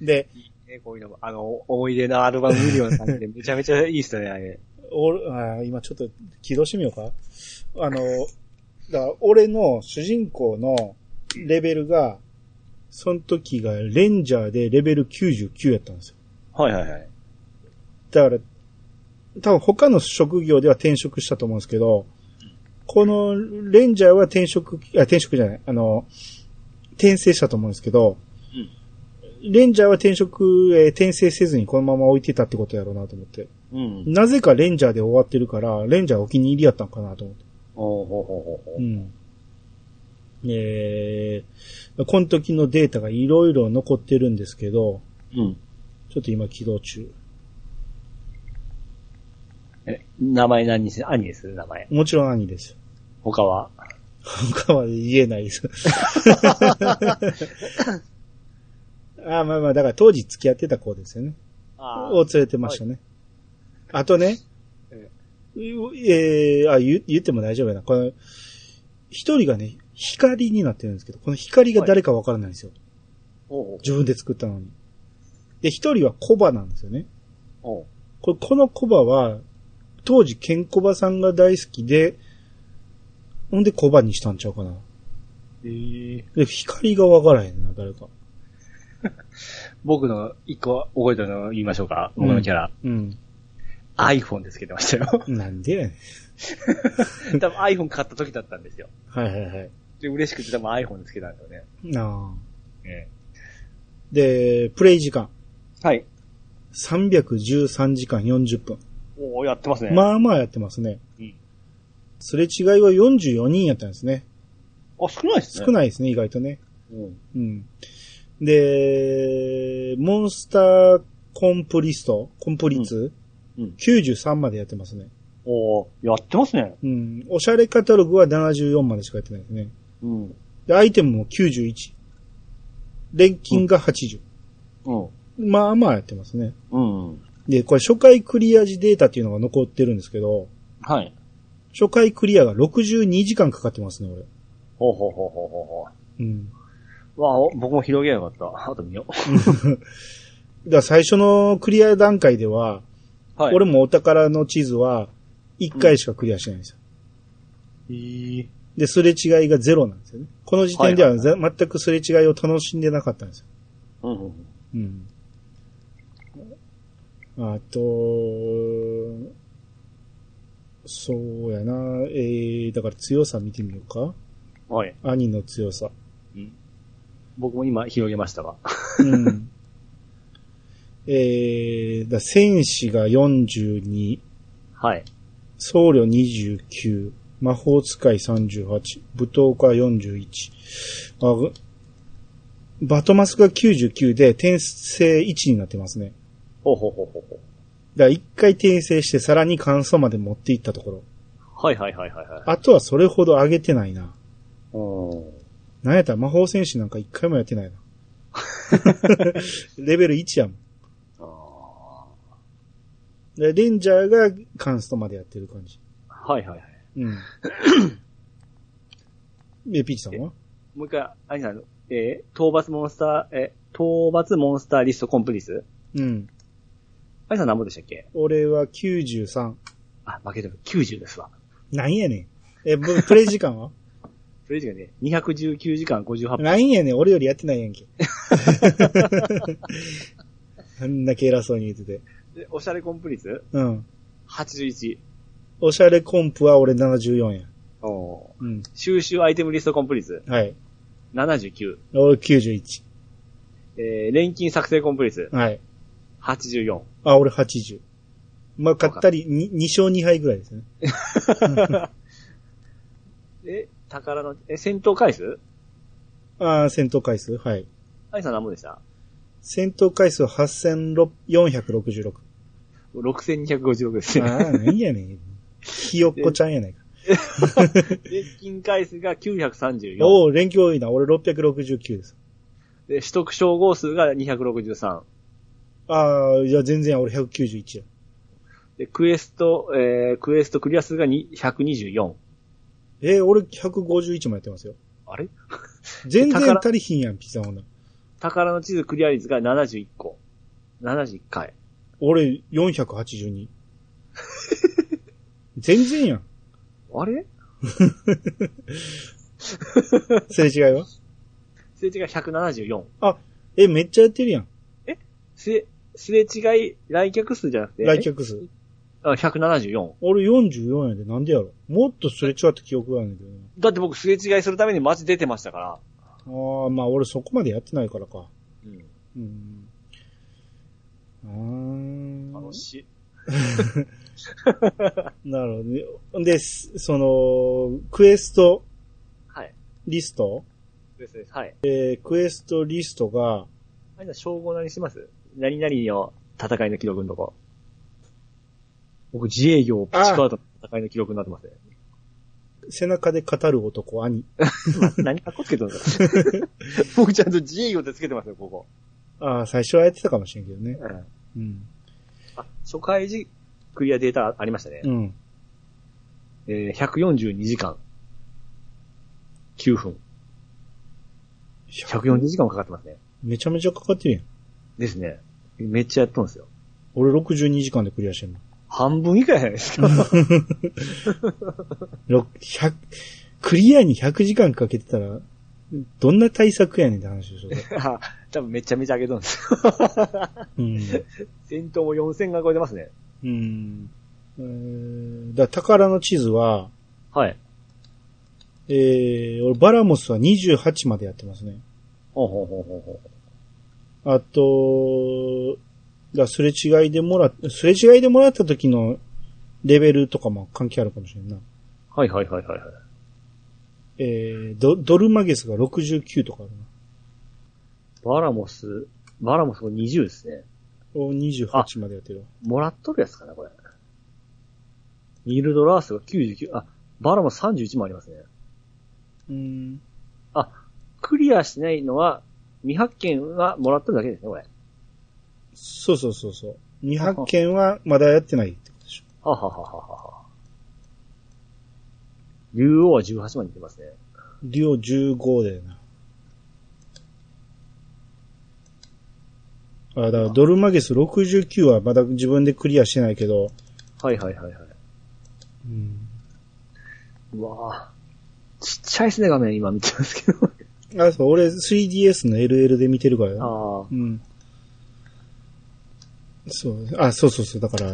A: で、
B: え、こういうのも、あの、思い出のアルバム見るような感じで、めちゃめちゃいいっすね、あれ。
A: おあー今ちょっと起動してみようか。あの、だから俺の主人公のレベルが、その時がレンジャーでレベル99やったんですよ。
B: はいはいはい。
A: だから、多分他の職業では転職したと思うんですけど、このレンジャーは転職、あ、転職じゃない、あの、転生したと思うんですけど、レンジャーは転職、えー転生せずにこのまま置いてたってことやろうなと思って。
B: うん。
A: なぜかレンジャーで終わってるから、レンジャーお気に入りやったんかなと思って。
B: おうほうほうほうほ
A: うん。えー、この時のデータがいろいろ残ってるんですけど、
B: う。うん。
A: ちょっと今起動中。
B: え、名前何にする兄です名前。
A: もちろん兄ですよ。
B: 他は
A: 他は言えないです。ああまあまあ、だから当時付き合ってた子ですよね。
B: あ
A: を連れてましたね。あとね、
B: え
A: えーあ言う、言っても大丈夫やな。この、一人がね、光になってるんですけど、この光が誰かわからないんですよ。
B: おう
A: 自分で作ったのに。で、一人はコバなんですよね。
B: おう
A: これこのコバは、当時ケンコバさんが大好きで、ほんでコバにしたんちゃうかな。
B: えー、
A: で、光がわからへんな、誰か。
B: 僕の一個覚えてるのを言いましょうか。僕のキャラ。
A: うん。
B: iPhone ですけどましたよ。
A: なんでやねん。
B: 多分 iPhone 買った時だったんですよ。
A: はいはいはい。
B: で、嬉しくて多分 iPhone つけたんですよね。
A: なあ。
B: え
A: で、プレイ時間。
B: えはい。
A: 313時間40分。
B: おおやってますね。
A: まあまあやってますね。
B: うん
A: すれ違いは44人やったんですね。
B: あ、少ないっすね。
A: 少
B: い。
A: ないですね、意外とね。
B: うん。
A: うん。で、モンスターコンプリスト、コンプリツ、
B: うんうん
A: 93までやってますね。
B: おおやってますね。
A: うん。おしゃれカタログは74までしかやってないですね。
B: うん。うん。
A: で、アイテムも91。錬金が80。まあまあやってますね。
B: うん。
A: で、これ初回クリア時データっていうのが残ってるんですけど、
B: はい。
A: 初回クリアが62時間かかってますね、俺。
B: ほうほうほうほうほうほ
A: うん。
B: う。わあ、お僕も広げなかった。あと見よ
A: だから最初のクリア段階では、
B: う。は
A: 俺
B: 俺も。
A: もお宝の地図は1回しかクリアしてないんですよ。
B: えー、
A: で、すれ違いがゼロなんですよね。この時点ではぜ全くすれ違いを楽しんでなかったんですよ。
B: うんうん。
A: うん。あと、そうやな、えー、だから強さ見てみようか。
B: はい。
A: 兄の強さ。
B: 僕も今広げましたわ。
A: うん。えー、だ戦士が42、
B: はい。
A: 僧侶29、魔法使い38、武闘家41。あぐバトマスが99で転生1になってますね。
B: ほうほうほうほうほ
A: だから一回転生してさらに乾燥まで持っていったところ。
B: う。はいはいはいはいはい。
A: あとはそれほど上げてないな。
B: うん。
A: なんやったら魔法戦士なんか一回もやってないな。レベル1やもん。
B: あーは
A: でレンジャーがカンストまでやってる感じ。
B: いはいはい。
A: うん。え、ピーチさんは
B: もう一回、アニさんの、えー、討伐モンスター、えー、討伐モンスターリストコンプリース
A: うん。
B: アニさん何本でしたっけ
A: 俺は93。
B: あ、負けてる。90ですわ。
A: なんやねん。え、ぶプレイ時 間は
B: それ以上ね、219時間58分。
A: なんやねん。俺よりやってないやんけ。 あんだけ偉そうに言ってて。
B: でおしゃれコンプリース
A: うん。
B: 81。
A: おしゃれコンプは俺74や。
B: おー
A: うん。
B: 収集アイテムリストコンプリース
A: はい。
B: 79。
A: 俺91。
B: えー、錬金作成コンプリース
A: はい。
B: 84。
A: あ、俺80。まあ、かったり2、2勝2敗ぐらいですね。
B: え、宝の、え、戦闘回数
A: ああ、戦闘回数はい。
B: アニさん何本でした
A: 戦闘回数8466。
B: ?6256 です
A: ああ
B: ね。、
A: なんやねん。ひよっこちゃんやないか。
B: 錬金回数が934。
A: おお、連休多いな。俺669です。
B: で、取得称号数が263。
A: ああ、いや、全然俺191や。
B: で、クエスト、えー、クエストクリア数がに124。
A: えー、俺151もやってますよ。
B: あれ
A: 全然
B: 宝
A: 足りひんやん、ピザオナ。
B: 宝の地図クリア率が71個。71回。
A: 俺482。全然やん。
B: あれ
A: すれ違いは
B: すれ違い174。
A: え、めっちゃやってるやん。
B: すれ、すれ違い来客数じゃなくて。
A: 来客数。
B: あ、174。
A: 俺44やで、なんでやろ。もっとすれ違った記憶があるんだけど
B: だって僕すれ違いするために街出てましたから。
A: な。ああ、まあ俺そこまでやってないからか。
B: うん。
A: うん。うーん。
B: 楽しい。
A: なるほどね。で、すその、クエスト
B: はい。
A: リスト
B: ですです。はい。
A: えークエストリストが、
B: あれだ、称号何します何々の戦いの記録のとこ。僕、自営業、ピチカートの戦いの記録になってますね。
A: 背中で語る男、兄。
B: 何かっこつけてるんですか 僕ちゃんと自営業ってつけてますよ、ここ。
A: ああ、最初はやってたかもしれんけどね。
B: うん
A: うん。
B: あ、初回時、クリアデータありましたね。
A: うん。
B: えー、142時間。9分。140時間もかかってますね。
A: めちゃめちゃかかってるやん。
B: ですね。めっちゃやっとんですよ。
A: 俺62時間でクリアしてんの。
B: 半分以下じゃないですか。
A: ろ100、クリアに100時間かけてたら、どんな対策やねんって話でしょ、これ
B: あ多分めちゃめちゃ上げとんですよ。
A: うん。
B: 戦闘も4000が超えてますね。
A: うん。えー、だから宝の地図は、
B: はい。
A: えー、俺バラモスは28までやってますね。
B: ほうほうほうほうほう。
A: あと、だすれ違いでもらっ、すれ違いでもらった時のレベルとかも関係あるかもしれんな。
B: はいはいはいはいはい。
A: えー、ドドルマゲスが69とかあるな。
B: バラモス、バラモスこれ20ですね。
A: お28までやってるわ。
B: もらっとるやつかな、これ。ミルドラースが99、あ、バラモス31もありますね。
A: うん。
B: クリアしてないのは、未発見はもらっとるだけですね、これ。
A: そうそうそうそう。未発見はまだやってないってことでしょ。
B: はははははは。竜王は18までいってますね。
A: リオ15だよな。あ、だからドルマゲス69はまだ自分でクリアしてないけど、
B: はいはいはいはい。
A: うん、
B: うわぁ。ちっちゃいですね、画面今見てますけど。
A: あ、そう、俺 3DS の LL で見てるからな。
B: ああ。
A: うん。そう、あ、そうそうそう、だから、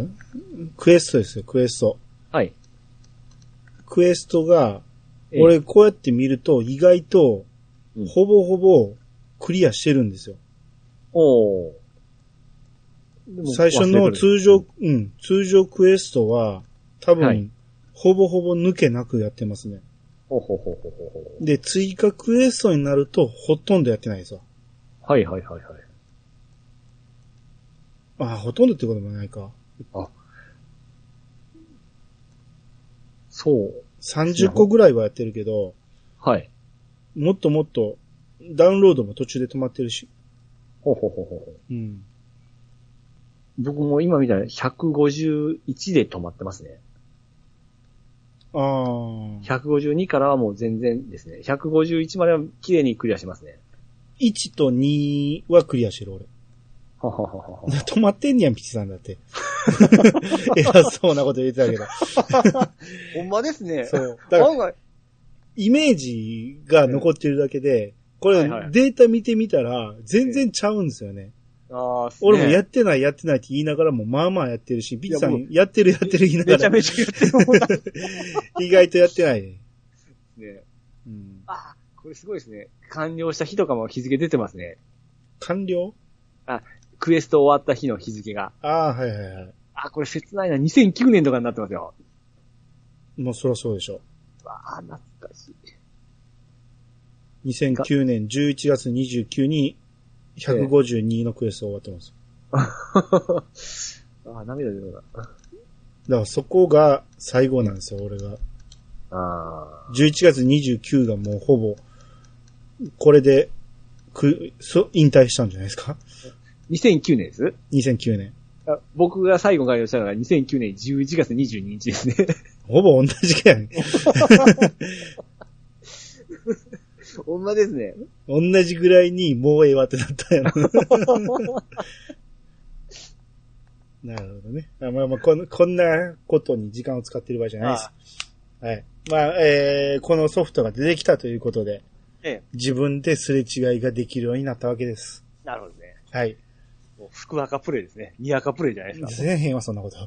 A: クエストですよ、クエスト。
B: はい。
A: クエストが、
B: ええ
A: 俺こうやって見ると意外と
B: うん、
A: ほぼほぼクリアしてるんですよ。
B: おー。でも
A: 最初の通常、うん、通常クエストは、多分、
B: はい
A: ほぼほぼ抜けなくやってますね。
B: ほうほうほうほうほうほ
A: で、追加クエストになると、ほとんどやってないですわ。
B: う。はいはいはいはい。
A: あ、ほとんどってこともないか。
B: そう。
A: 30個ぐらいはやってるけど、
B: はい。
A: もっともっと、ダウンロードも途中で止まってるし。
C: ほうほうほうほう。
A: うん。
C: 僕も今みたいな151で止まってますね。
A: ああ。
C: 152からはもう全然ですね。151までは綺麗にクリアしますね。
A: 1と2はクリアしてる、俺。
C: ははははは。
A: 止まってんねやん、ピチさんだって。 偉そうなこと言ってたけど。
B: ほんまですね。
A: そう。だから、
B: 案外、
A: イメージが残ってるだけで、これ
B: はいはい
A: データ見てみたら、全然ちゃうんですよね。
B: ああ、すね
A: 俺もやってないやってないって言いながらも、まあまあやってるし、ピチさ
B: いや
A: んやってるやってる言いなが
B: めちゃ
A: ら、
B: めちゃ言ってるもんなんで
A: 意外とやってないね。
B: す ね。
A: うん。
B: あーこれすごいですね。完了した日とかも日付出てますね。
A: 完了
B: クエスト終わった日の日付が。
A: ああ、はいはいはい。
B: あーこれ切ないな。2009年とかになってますよ。
A: もうそらそうでしょ。
B: わあ、懐かしい。
A: 2009年11月29に、152のクエスト終わってます。
C: あ、涙出たな。
A: だからそこが最後なんですよ、俺が。
C: あ
A: 11月29がもうほぼ、これで、く、そ、引退したんじゃないですか
B: 2009年です。
A: ?2009 年。
B: あ僕が最後完了したのが2009年11月22日 ですね。
A: ほぼ同じくやん。
B: ほんまですね。
A: 同じぐらいにもうええわってなったやろ。なるほどね。あまあまあこん、こんなことに時間を使ってる場合じゃないです。はい。まあ、えー、このソフトが出てきたということで、
B: ええ
A: 自分ですれ違いができるようになったわけです。
B: なるほどね。
A: はい。
B: もう福赤プレイですね。ニ赤プレイじゃないですか。
A: せえへんわ、そんなこと。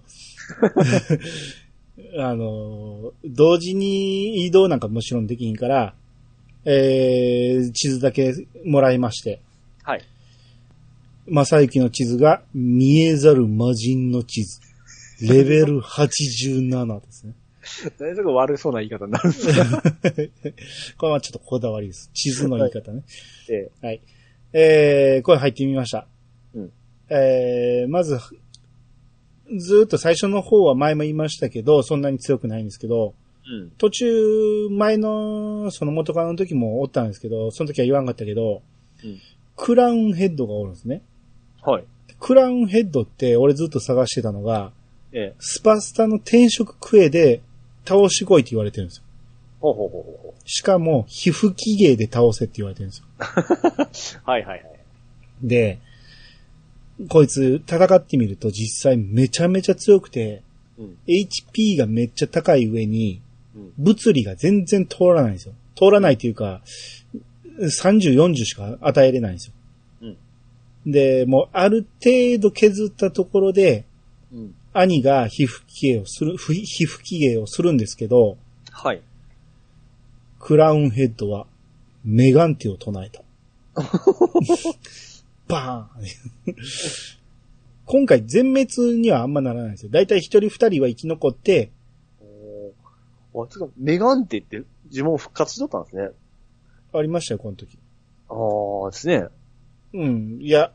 A: あの、同時に移動なんかもちろんできひんから、えー、地図だけもらいまして、
B: はい。
A: 正幸の地図が見えざる魔人の地図。レベル87ですね。
B: 大丈夫悪そうな言い方になる んです
A: これはちょっとこだわりです。地図の言い方 ね。
B: けど。
A: はい。えー、これ入ってみました。
B: うん
A: えー、まず、ずーっと最初の方は前も言いましたけど、そんなに強くないんですけど、
B: うん。
A: 途中、前の、その元カノの時もおったんですけど、その時は言わんかったけど、
B: うん
A: クラウンヘッドがおるんですね。
B: はい。
A: クラウンヘッドって俺ずっと探してたのが、
B: ええ。
A: スパスタの転職クエで倒してこいって言われてるんですよ。
B: ほうほうほうほうほ
A: しかも、皮膚機芸で倒せって言われてるんですよ。
B: う。はいはいはい。
A: で、こいつ戦ってみると実際めちゃめちゃ強くて、
B: うん
A: HP がめっちゃ高い上に
B: うん、
A: 物理が全然通らないんですよ。通らないというか、30、40しか与えれないんですよ。で、もうある程度削ったところで、
B: うん。
A: 兄が皮膚機芸をする、ふ皮膚機芸をするんですけど、
B: はい。
A: クラウンヘッドは、メガンテを唱え た。バーン今回全滅にはあんまならないんですよ。だいたい一人二人は生き残って、
C: あ。あ、つか、メガンテって呪文復活しとったんですね。
A: ありましたよ、この時。
C: ああ、ですね。
A: うん。いや、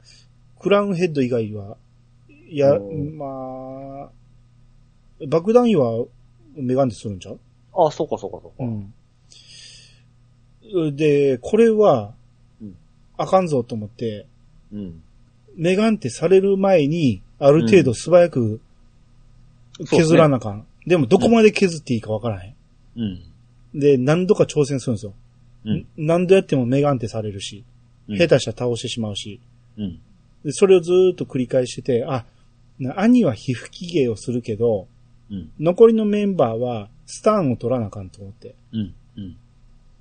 A: クラウンヘッド以外は、いや、
C: うん
A: まあ、爆弾衣はメガンテするんちゃう
C: ああ、そうかそうかそうか。
A: うん。で、これは
C: うん、
A: あかんぞと思って、
C: うん。
A: メガンってされる前に、ある程度素早く削らなあかん。でも、どこまで削っていいかわからへん。
C: うん。
A: で、何度か挑戦するんですよ。
C: うん
A: 何度やってもメガンってされるし、
C: うん
A: 下手したら倒してしまうし、
C: うん。
A: でそれをずーっと繰り返してて、あ、な兄は皮膚機芸をするけど、
C: うん
A: 残りのメンバーはスターンを取らなあかんと思って。
C: うん。う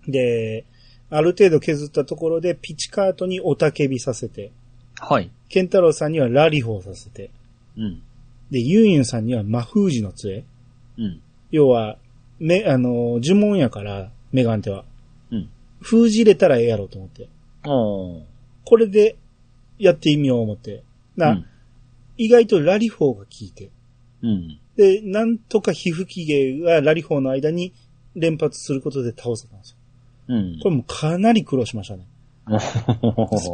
C: ん。
A: で、ある程度削ったところで、ピチカートにおたけびさせて、
C: はい。
A: ケンタロウさんにはラリホをさせて、
C: うん。
A: で、ユンユンさんには魔風寺の杖。
C: うん。
A: 要は、め、あの、呪文やから、メガンテは。
C: うん
A: 封じれたらええやろうと思って。
C: ああ。
A: これで、やってみよう思って。な、意外とラリフォーが効いて。
C: うん。
A: で、なんとか皮膚機芸がラリフォーの間に連発することで倒せたんですよ。
C: うん。
A: これもかなり苦労しましたね。ス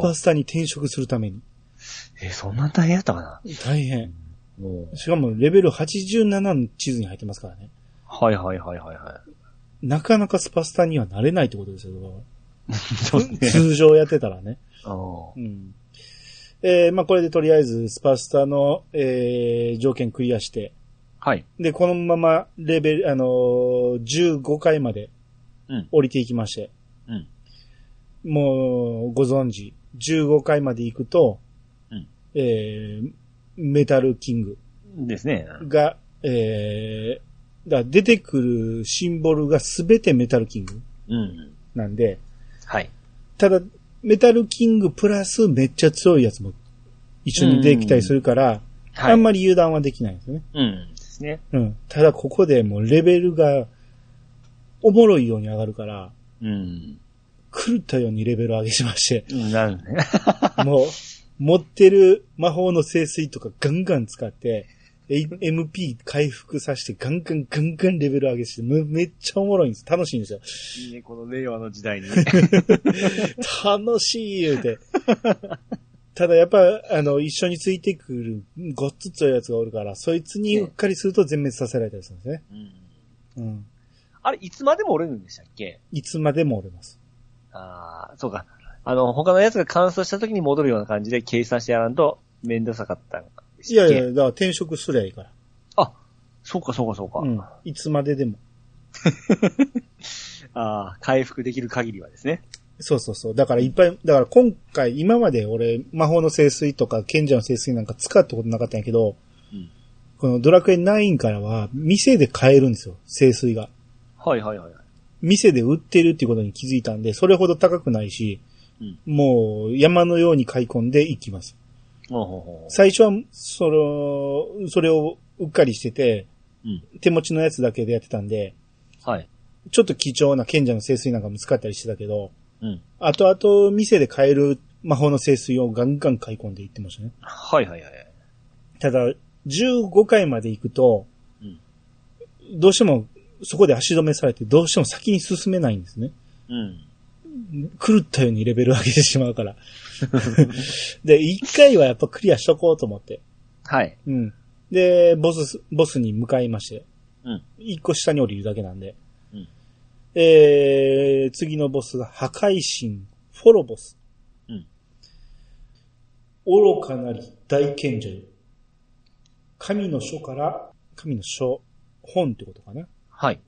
A: パ
C: ス
A: スタに転職するために。
C: え、そんな大変やったかな
A: 大変。
C: もう
A: しかもレベル87の地図に入ってますからね。
C: はいはいはいはいは
A: なかなかスパスタにはなれないってことですよ、
C: い。そうですね。
A: 通常やってたらね。
C: ああ。
A: うんえーまあこれでとりあえずスパスタの、えー条件クリアして、
C: はい。
A: で、このままレベル、あのー15回まで
B: うん
A: 降りていきまして、
B: うん
A: もうご存知、15回まで行くと、
B: うん
A: えーメタルキング
B: ですね。
A: が、えーだ出てくるシンボルがすべてメタルキング
B: うん。
A: なんで、
B: はい。
A: ただ、メタルキングプラスめっちゃ強いやつも一緒にできたりするから、
B: はい。
A: あんまり油断はできないんですよね。
B: うん。ですね。
A: うん。ただここでもうレベルがおもろいように上がるから、
B: うん。
A: 狂ったようにレベル上げしま して、
B: なるね。
A: もう持ってる魔法の聖水とかガンガン使って、A- MP 回復させてガンガンガンガンレベル上げして、めめっちゃおもろいんです。楽しいんですよ。
B: いいね、この令和の時代に。
A: 楽しい言うて。 ただやっぱ、あの、一緒についてくる、ごっつ強いやつがおるから、そいつにうっかりすると全滅させられたりするんですね。
B: うん
A: うん。
B: あれ、いつまでも折れるんでしたっけ
A: いつまでも折れます。
B: ああ、そうか。あの、他のやつが乾燥した時に戻るような感じで計算してやらんと、めんどさかったんで
A: い
B: した
A: やい
B: っけ
A: や、だから転職すりゃいいから。
B: あ、そうかそうかそうか。
A: うん
B: あ。
A: いつまででも。
B: あー、回復できる限りはですね。
A: そうそうそう。だからいっぱい、だから今回、今まで俺、魔法の聖水とか賢者の聖水なんか使ったことなかったんやけど、
B: うん
A: このドラクエ9からは、店で買えるんですよ、聖水が。
B: はいはいはい。
A: 店で売ってるっていうことに気づいたんで、それほど高くないし、
B: うん
A: もう山のように買い込んでいきます。
B: ほうほうほう
A: 最初は、その、それをうっかりしてて、
B: うん
A: 手持ちのやつだけでやってたんで、
B: はい。
A: ちょっと貴重な賢者の聖水なんかも使ったりしてたけど、
B: うん。
A: 後々店で買える魔法の聖水をガンガン買い込んでいってましたね。
B: はいはいはい。
A: ただ、15回まで行くと、
B: うん
A: どうしてもそこで足止めされて、どうしても先に進めないんですね。
B: うん。
A: 狂ったようにレベル上げてしまうから。で、一回はやっぱクリアしとこうと思って。
B: はい。
A: うん。で、ボス、ボスに向かいまして。
B: うん
A: 一個下に降りるだけなんで。
B: うん
A: えー、次のボスが破壊神、フォロボス。
B: うん
A: 愚かなり大賢者よ。神の書から、神の書、本ってことかな。
B: はい。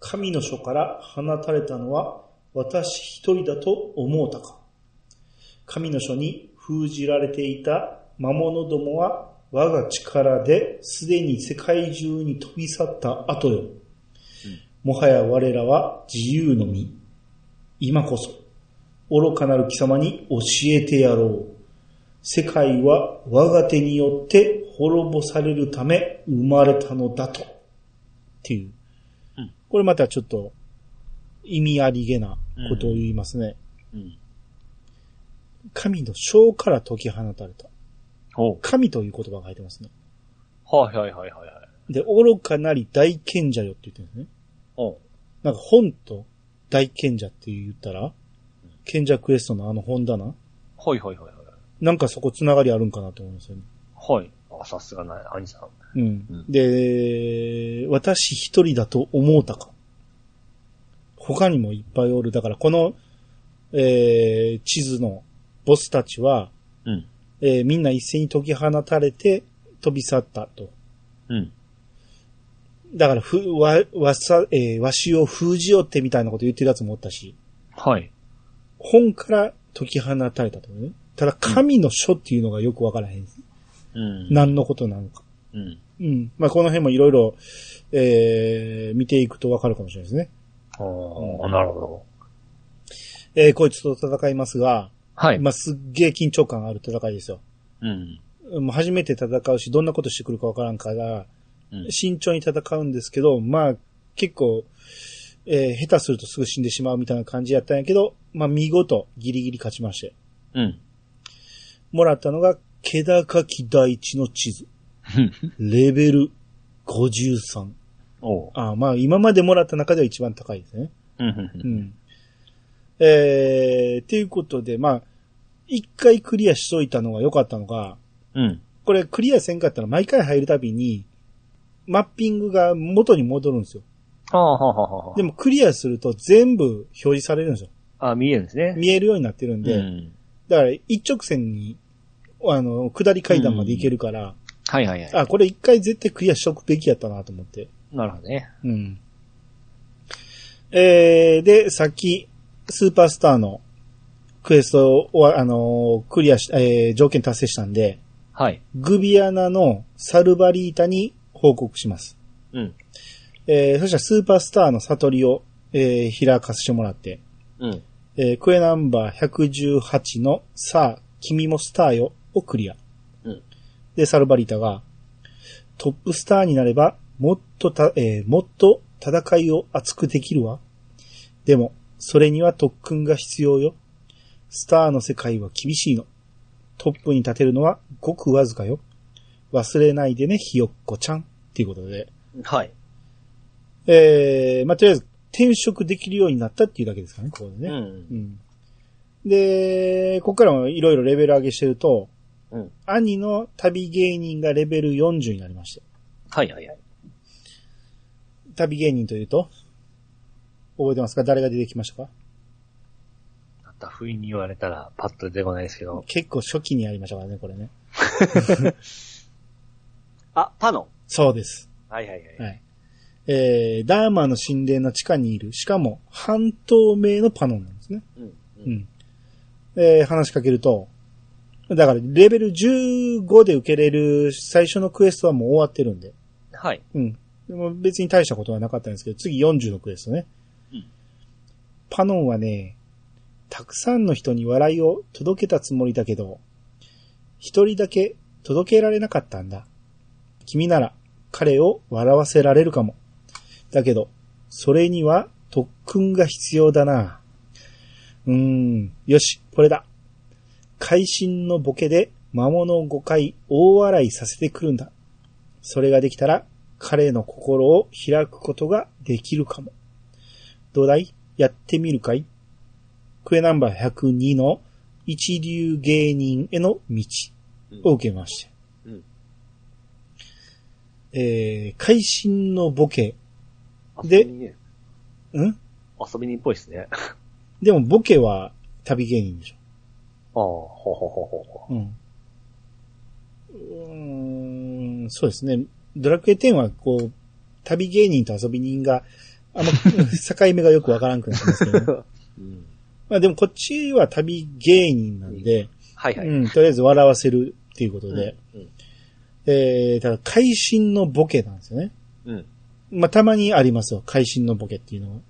A: 神の書から放たれたのは私一人だと思うたか。神の書に封じられていた魔物どもは我が力ですでに世界中に飛び去った後よ。もはや我らは自由の身。今こそ、愚かなる貴様に教えてやろう。世界は我が手によって滅ぼされるため生まれたのだと。っていう。これまたちょっと意味ありげなことを言いますね。
B: うん。
A: 神の章から解き放たれた。
B: ほ
A: 神という言葉が入ってますね。
B: う。はいはいはいはいはい。
A: で、愚かなり大賢者よって言ってるんですね。
B: ほ
A: なんか本と大賢者って言ったら、賢者クエストのあの本棚
B: う。はいはいはいはい。
A: なんかそこ繋がりあるんかなと思うんですよね。
B: はい。あ、さすがない、兄さん。
A: うん。
B: うん
A: で、私一人だと思うたか。他にもいっぱいおる。だからこの、えー、地図のボスたちは、
B: うん。
A: えーみんな一斉に解き放たれて飛び去ったと。
B: うん。
A: だから、ふ、わ、わさ、えーわしを封じよってみたいなこと言ってるやつもおったし、
B: はい。
A: 本から解き放たれたとね。ただ、神の書っていうのがよくわからへん。
B: うん。
A: 何のことなのか。
B: うん。
A: うん。まあ、この辺もいろいろ、えー見ていくとわかるかもしれないですね。
B: あーなるほど。
A: えーこいつと戦いますが、
B: はい。
A: まあ、すっげえ緊張感ある戦いですよ。
B: うん。
A: もう初めて戦うし、どんなことしてくるかわからんから、
B: うん
A: 慎重に戦うんですけど、まあ、結構、えー下手するとすぐ死んでしまうみたいな感じやったんやけど、まあ、見事、ギリギリ勝ちまして。
B: うん。
A: もらったのが、気高き大地の地図。レベル53。
B: おう。
A: ああまあ、今までもらった中では一番高いですね。
B: うんうん
A: う
B: うん
A: ん。えー、っていうことで、まあ、一回クリアしといたのが良かったのが、
B: うん。
A: これクリアせんかったら毎回入るたびに、マッピングが元に戻るんですよ。
B: ああ、はあはあはあ。
A: でもクリアすると全部表示されるんですよ。
B: あ見えるんですね。
A: 見えるようになってるんで、
B: うん。
A: だから一直線にあの、下り階段まで行けるから、
B: はいはいはい。
A: あ、これ一回絶対クリアしとくべきやったなと思って。
B: なるほどね。
A: うん。えー、で、さっき、スーパースターのクエストを、あのークリアし、えー条件達成したんで、
B: はい。
A: グビアナのサルバリータに報告します。
B: うん。
A: えー、そしたらスーパースターの悟りを、えー、開かせてもらって、
B: うん。
A: えー、クエナンバー118のさあ、君もスターよをクリア。
B: うん
A: で、サルバリータが、トップスターになれば、もっとた、えーもっと戦いを熱くできるわ。でも、それには特訓が必要よ。スターの世界は厳しいの。トップに立てるのはごくわずかよ。忘れないでね、ひよっこちゃん。っていうことで。
B: はい。
A: えー、まあ、とりあえず、転職できるようになったっていうだけですかね、ここでね。
B: うん。
A: うんで、ここからもいろいろレベル上げしてると、
B: うん
A: 兄の旅芸人がレベル40になりまして。
B: はいはいはい。
A: 旅芸人というと、覚えてますか誰が出てきましたか
B: なんか不意に言われたらパッと出てこないですけど。
A: 結構初期にやりましたからね、これね。
B: あ、パノ。
A: そうです。
B: はいはいは
A: は
B: い。
A: い。えー、ダーマの神殿の地下にいる、しかも半透明のパノンなんですね。
B: うん。う。
A: うんん。で、話しかけると、だからレベル15で受けれる最初のクエストはもう終わってるんで。
B: はい。
A: うん。でも別に大したことはなかったんですけど、次40のクエストね。
B: うん
A: パノンはね、たくさんの人に笑いを届けたつもりだけど、一人だけ届けられなかったんだ。君なら彼を笑わせられるかも。だけど、それには特訓が必要だな。うーん、よし、これだ。会心のボケで魔物を5回大笑いさせてくるんだ。それができたら、彼の心を開くことができるかも。どうだいやってみるかいクエナンバー102の一流芸人への道を受けまして。
B: うん
A: えー、会心のボケ。で
B: 遊びにね、
A: ん
B: 遊び人っぽいです ね。ああ、
A: でもボケは旅芸人でしょ。
B: ほうほうほうほうほ
A: うん。うーん、そうですね。ドラクエ10はこう、旅芸人と遊び人が、あ んま、境目がよくわからんくなってますけどね、
B: う。うん。
A: まあでもこっちは旅芸人なんで、
B: はいはい。
A: うん、とりあえず笑わせるっていうことで、
B: うん。
A: えー、ただ、会心のボケなんですよね。
B: うん。
A: まあたまにありますよ、会心のボケっていうのは。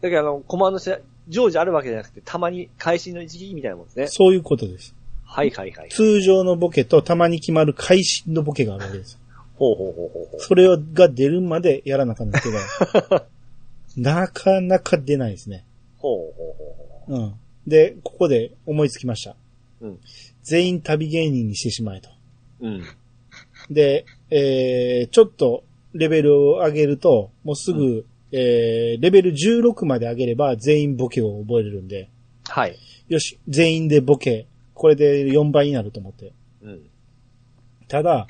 B: だけどあの、コマンドして、常時あるわけじゃなくて、たまに会心の一撃みたいなもんですね。
A: そういうことです。
B: はいはいはい。
A: 通常のボケとたまに決まる会心のボケがあるわけ です。
B: ほうほうほうほうほう。
A: それが出るまでやらなあかんですけど、 なかなか出ないですね。
B: ほうほうほうほ
A: うん。で、ここで思いつきました。
B: うん
A: 全員旅芸人にしてしまえと。
B: う。うん。
A: で、えー、ちょっとレベルを上げると、もうすぐ、
B: う
A: えー、レベル16まで上げれば全員ボケを覚えれるんで、
B: はい。
A: よし、全員でボケ、これで4倍になると思って。
B: うん。
A: ただ、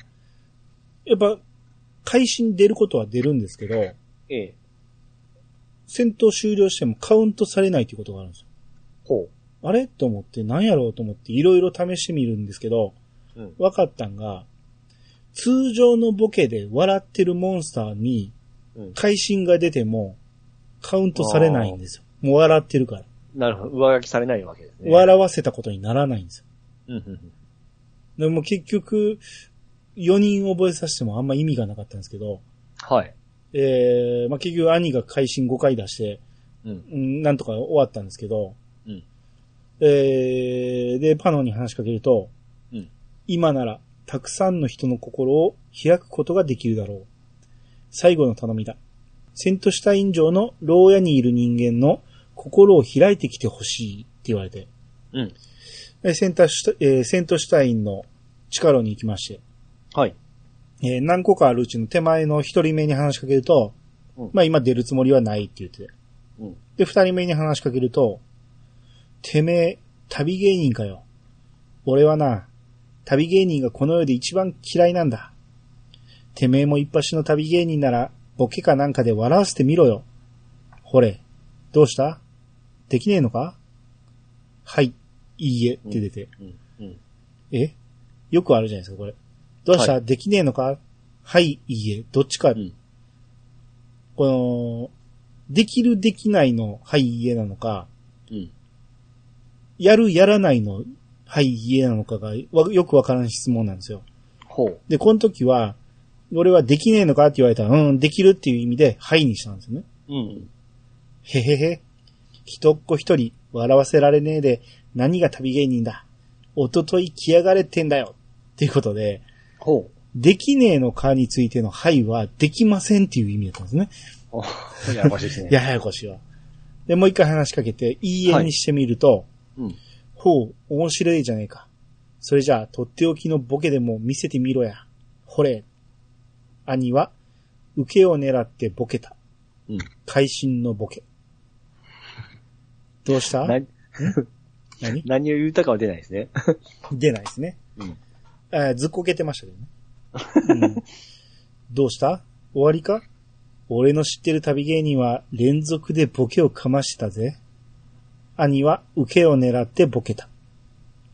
A: やっぱ、会心出ることは出るんですけど、
B: ええ。
A: 戦闘終了してもカウントされないということがあるんですよ。
B: ほ
A: あれと思って、何やろうと思って、いろいろ試してみるんですけど、
B: う。うん。
A: 分かったんが、通常のボケで笑ってるモンスターに
B: うん、
A: 会心が出ても、カウントされないんですよ。もう笑ってるから。
B: なるほど。上書きされないわけですね。
A: 笑わせたことにならないんですよ。
B: うんうんうん。
A: でも結局、4人覚えさせてもあんま意味がなかったんですけど、
B: はい。
A: えー、まあ、結局兄が会心5回出して、
B: うん。
A: うんなんとか終わったんですけど、
B: うん
A: えー、で、パノに話しかけると、
B: うん
A: 今なら、たくさんの人の心を開くことができるだろう。最後の頼みだ。セントシュタイン城の牢屋にいる人間の心を開いてきてほしいって言われて、
B: うん。
A: でセンタシュタえーセントシュタインの力に行きまして、
B: はい。
A: えー何個かあるうちの手前の一人目に話しかけると、
B: うん
A: まあ今出るつもりはないって言って、
B: うん。
A: で、二人目に話しかけると、てめえ、旅芸人かよ。俺はな、旅芸人がこの世で一番嫌いなんだ。てめえも一発の旅芸人なら、ボケかなんかで笑わせてみろよ。ほれ、どうしたできねえのかはい、いいえ、って出て。
B: うん。うん。
A: えよくあるじゃないですか、これ。どうした、
B: は
A: できねえのかはい、いいえ。どっちか。
B: ん
A: この、できる、できないの、はい、いいえなのか、
B: うん。
A: やる、やらないの、はい、いいえなのかが、わよくわからん質問なんですよ。
B: ほう。
A: で、この時は、俺はできねえのかって言われたら、うん、できるっていう意味で、はいにしたんですよね。
B: うん。
A: へへへ。人っ子一人、笑わせられねえで、何が旅芸人だ。おととい来やがれってんだよ。っていうことで、
B: ほ
A: できねえのかについてのはいは、できませんっていう意味だったんですね。
B: う。 ややこしいですね。
A: ややこしいわ。で、もう一回話しかけて、いいえにしてみると、
B: うん。
A: ほう、面白いじゃねえか。それじゃあ、とっておきのボケでも見せてみろや。ほれ。兄は、受けを狙ってボケた。
B: うん。
A: 会心のボケ。どうした
B: な、
A: 何
B: 何を言ったかは出ないですね。
A: 出ないですね。
B: うん。
A: えーずっこけてましたけどね。うんどうした終わりか俺の知ってる旅芸人は連続でボケをかましたぜ。兄は受けを狙ってボケた。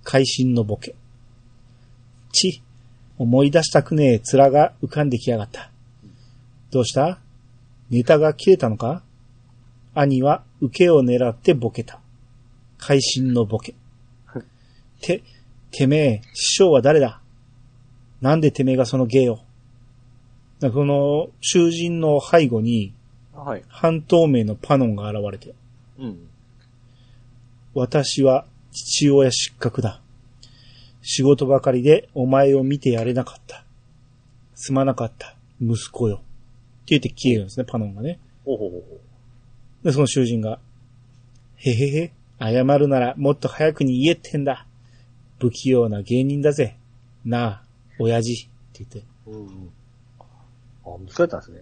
A: 会心のボケ。ち、思い出したくねえ面が浮かんできやがった。どうしたネタが切れたのか兄は受けを狙ってボケた。会心の ボケ。て、てめえ、師匠は誰だなんでてめえがその芸をなんかこの、囚人の背後に、
B: はい。
A: 半透明のパノンが現れて、
B: うん。
A: 私は父親失格だ。仕事ばかりでお前を見てやれなかった。すまなかった、息子よ。って言って消えるんですね、パノンがね。
B: ほうほうほうほう。
A: で、その囚人が、へへへ、謝るならもっと早くに言えってんだ。不器用な芸人だぜ。なあ、親父。って言って、
B: うん。あ、難しかったんですね。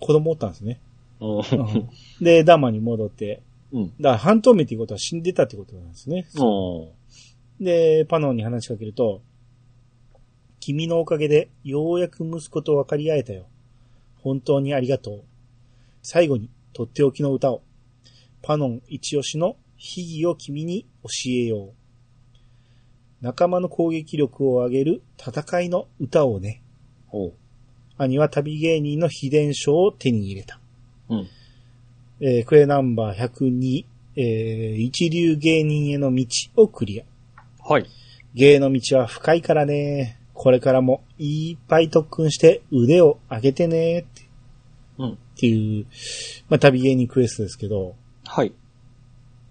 A: 子供おったんですね。
B: う
A: で、ダマに戻って、
B: ん。うん。
A: だから半透明っていうことは死んでたってことなんですね。
B: うん。
A: で、パノンに話しかけると、君のおかげでようやく息子と分かり合えたよ。本当にありがとう。最後に、とっておきの歌を。パノン一押しの秘技を君に教えよう。仲間の攻撃力を上げる戦いの歌をね。
B: ほ
A: 兄は旅芸人の秘伝書を手に入れた。
B: う。うん。
A: えークエナンバー102、えー一流芸人への道をクリア。
B: はい。
A: 芸の道は深いからね。これからもいっぱい特訓して腕を上げてねって。
B: うん
A: っていう、まあ、旅芸人クエストですけど、
B: はい。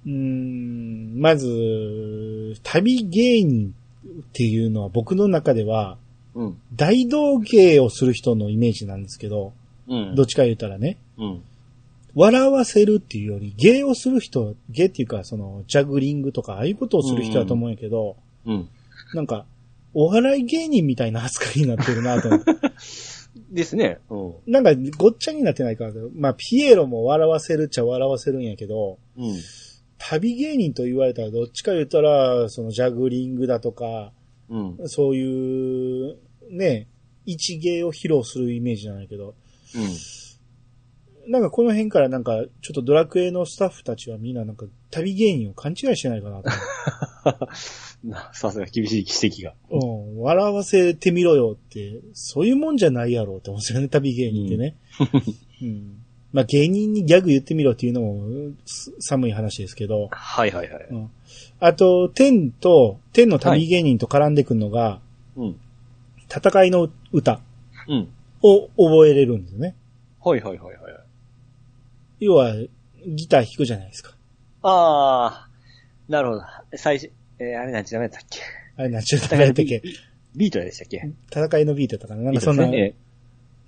A: うーん、まず、旅芸人っていうのは僕の中では、
B: うん。
A: 大道芸をする人のイメージなんですけど、
B: うん。
A: どっちか言ったらね、
B: うん。
A: 笑わせるっていうより、芸をする人、芸っていうか、その、ジャグリングとか、ああいうことをする人だと思うんやけど、
B: うん。
A: なんか、お笑い芸人みたいな扱いになってるなと思 って。
B: ですね。うん。
A: なんか、ごっちゃになってないから、まあ、ピエロも笑わせるっちゃ笑わせるんやけど、
B: うん。
A: 旅芸人と言われたらどっちか言ったら、そのジャグリングだとか、
B: うん。
A: そういう、ね、一芸を披露するイメージなんやけど、
B: うん。
A: なんかこの辺からなんか、ちょっとドラクエのスタッフたちはみんななんか旅芸人を勘違いしてないかなと
B: なさすが厳しい指摘が。
A: 思う。うん、笑わせてみろよって、そういうもんじゃないやろうって思うんですよね、旅芸人ってね。うん。まあ芸人にギャグ言ってみろっていうのもす寒い話ですけど、
B: はいはいはい。
A: あと、天と、天の旅芸人と絡んでくるのが、
B: うん。
A: 戦いの歌
B: うん。
A: を覚えれるんですよね。
B: はいはいはいはい。
A: 要は、ギター弾くじゃないですか。
B: あー、なるほど。最初、えー、あれなんちゃダメだったっけ
A: あれなんちゅう戦いだったっけ
B: ビートでしたっけ
A: 戦いのビートだったかななん
B: ビ
A: か
B: ー
A: そ
B: ト
A: んな、
B: ですね。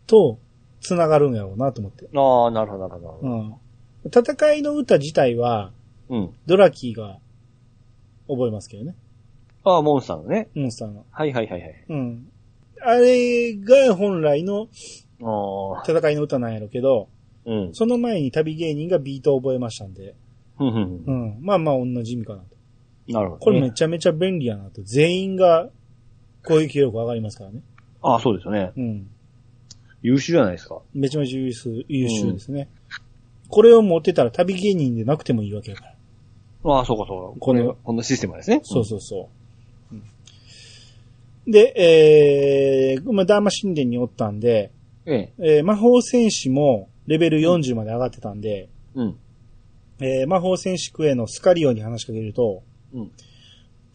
A: と、繋がるんやろうなと思って。
B: えーあー、なるほどなるほどな
A: う
B: るほ
A: ん。戦いの歌自体は、
B: ど。うん。
A: ドラキーが覚えますけどね。
B: あー、モンスターのね。
A: モンスターが。
B: はいはいはいはい。
A: うん。あれが本来の
B: あー、
A: 戦いの歌なんやろうけど、
B: うん。
A: その前に旅芸人がビートを覚えましたんで、
B: うんうん
A: う
B: うん
A: ん。まあまあ同じ意味かなと。
B: なるほどね。
A: これめちゃめちゃ便利やなと。全員が攻撃力上がりますからね。
B: あー、そうですよね。
A: うん。
B: 優秀じゃないですか。
A: めちゃめちゃ優秀優秀ですね。これを持ってたら旅芸人でなくてもいいわけだから。
B: あー、そうかそうか。
A: こ
B: こ
A: れ
B: れ、こんなシステムですね。
A: そうそうそう。うんで、えー、まあ、ダーマ神殿におったんで、
C: ええ。
A: えー魔法戦士もレベル40まで上がってたんで、
C: うん。
A: えー魔法戦士クエのスカリオに話しかけると、
C: うん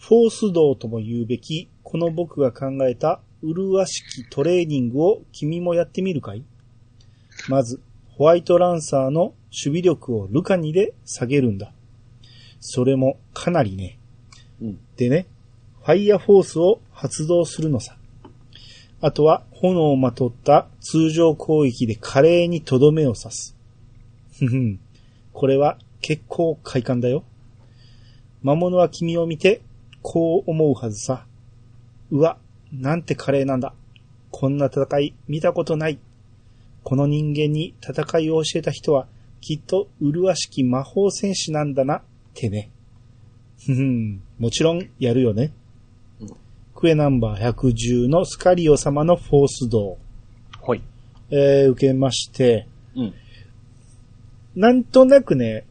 A: フォース道とも言うべき、この僕が考えた麗しきトレーニングを君もやってみるかいまず、ホワイトランサーの守備力をルカニで下げるんだ。それもかなりね。
C: うん
A: でね、ファイアフォースを発動するのさ。あとは、炎をまとった通常攻撃で華麗にとどめを刺す。ふふん。これは結構快感だよ。魔物は君を見て、こう思うはずさ。うわ、なんて華麗なんだ。こんな戦い見たことない。この人間に戦いを教えた人は、きっと麗しき魔法戦士なんだな、ってね。ふふん、もちろんやるよね。クエナンバー110のスカリオ様のフォース道。
B: ほい。
A: えー、受けまして、
C: うん
A: なんとなくね、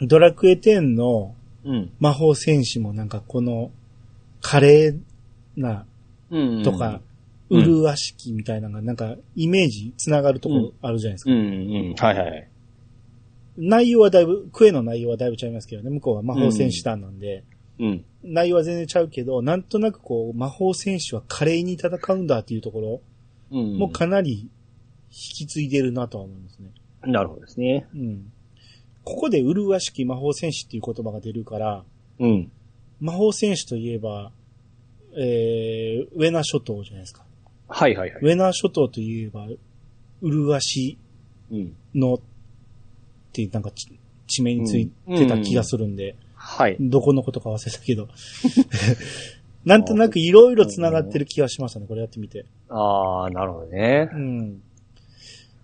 A: ドラクエ10の
C: うん。
A: 魔法戦士もなんかこの、華麗な
C: うん。
A: とか、
C: うんうん
A: 麗しきみたいなのがなんかイメージ繋がるところあるじゃないです
C: う
A: か。
C: ん。うん。はいはい。
A: 内容はだいぶ、クエの内容はだいぶちゃいますけどね、向こうは魔法戦士団なんで、
C: うん。
A: 内容は全然ちゃうけど、なんとなくこう、魔法戦士は華麗に戦うんだっていうところ、
C: うん。
A: もうかなり引き継いでるなとは思いますね。
C: なるほどですね。
A: うん。ここで麗しき魔法戦士っていう言葉が出るから、
C: うん。
A: 魔法戦士といえば、えー、ウェナ諸島じゃないですか。
B: はいはいはい。
A: ウェナ諸島といえば、麗し
C: うん。
A: のってなんかち地名についてた気がするんで、
C: はい。
A: どこのことか忘れたけど。 なんとなくいろいろ繋がってる気がしましたね、これやってみて。
B: ああ、なるほどね。
A: うん。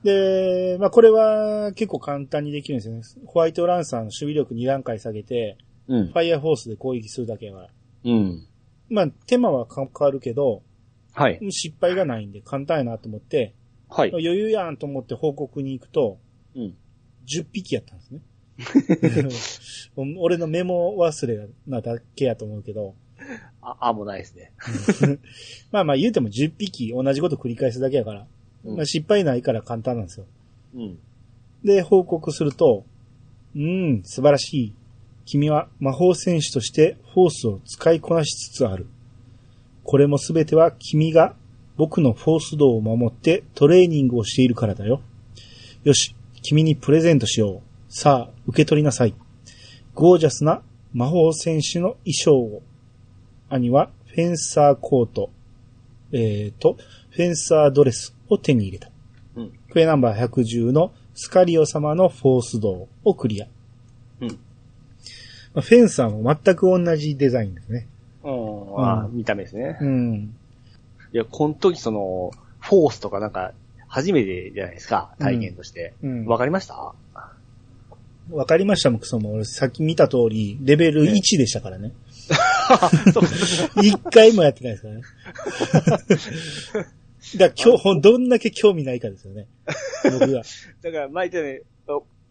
A: で、まあこれは結構簡単にできるんですよね。ホワイトランサーの守備力2段階下げて、
C: うん
A: フ。ァイアフォースで攻撃するだけは。
C: うん。
A: まあ手間は変わるけど、
C: はい。
A: 失敗がないんで簡単やなと思って、
C: はい。
A: 余裕やんと思って報告に行くと、
C: うん。
A: 10匹やったんですね。 俺のメモ忘れなだけやと思うけど、
B: あ、あもうないですね。
A: まあまあ言うても10匹同じこと繰り返すだけやから、
C: うん
A: まあ失敗ないから簡単なんですよ。
C: うん。
A: で、報告すると、うーん、素晴らしい。君は魔法戦士としてフォースを使いこなしつつある。これもすべては君が僕のフォース道を守ってトレーニングをしているからだよ。よし、君にプレゼントしよう。さあ、受け取りなさい。ゴージャスな魔法戦士の衣装を。兄はフェンサーコート、えーと、フェンサードレスを手に入れた。クエナンバー110のスカリオ様のフォース道をクリア。
C: うん
A: まあフェンサーも全く同じデザインですね。
C: うん。ああ、見た目ですね。
A: うん。
B: いや、この時その、フォースとかなんか、初めてじゃないですか、体験として。
A: うん。
B: わ、
A: わ
B: かりました
A: かりましたもクソも。俺さっき見た通り、レベル1でしたからね。一回もやってないですからね。だから今日、ほんどんだけ興味ないかですよね。僕は。
B: だから、前言ったよ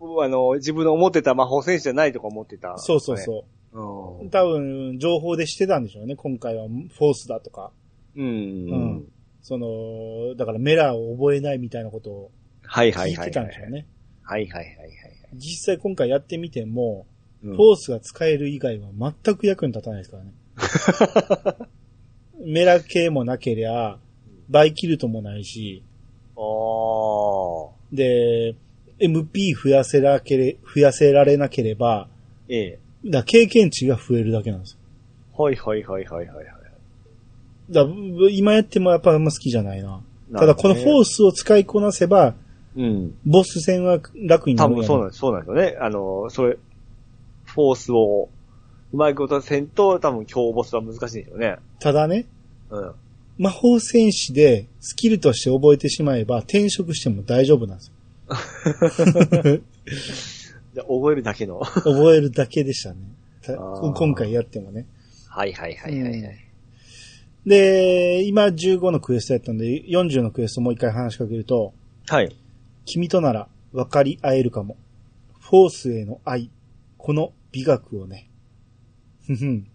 B: うにああの、自分の思ってた魔法戦士じゃないとか思ってた、。
A: そうそうそう
B: う
A: う。
B: ん。
A: 多分、情報でしてたんでしょうね。今回はフォースだとか。
C: うん。
A: うんその、だからメラを覚えないみたいなことを
B: はいは
A: 聞
B: い
A: い
B: はい。
A: てたんでしょうね。
B: はいはいはいはい。
A: 実際今回やってみても、
B: う
A: フ
B: ん
A: ォースが使える以外は全く役に立たないですからね。 メラ系もなけりゃ、バイキルトもないし、
B: ああ。
A: で、MP 増やせらけれ、増やせられなければ、
B: ええ。
A: だから経験値が増えるだけなんですよ。
B: はいはいはいはいはいはい。
A: だから今やってもやっぱあんま好きじゃないな。ただこのフォ
B: ー
A: ースを使いこなせば、
B: うん。
A: ボス戦は楽にな
B: 多
A: るよ
B: 分そうなんです、そうなんですよね。あの、それ、フォースを、うまいことせんと、多分強ボスは難しいんでしょうね。
A: ただね、
B: うん。
A: 魔法戦士でスキルとして覚えてしまえば転職しても大丈夫なんですよ。
B: じゃあ覚えるだけの。は
A: 覚えるだけでしたね。た
B: あー
A: 今回やってもね。
B: い はいはいはいはい。
A: で、今15のクエストやったんで、40のクエストもう一回話しかけると、
B: はい。
A: 君となら分かり合えるかも。フォースへの愛。この美学をね。ふふん。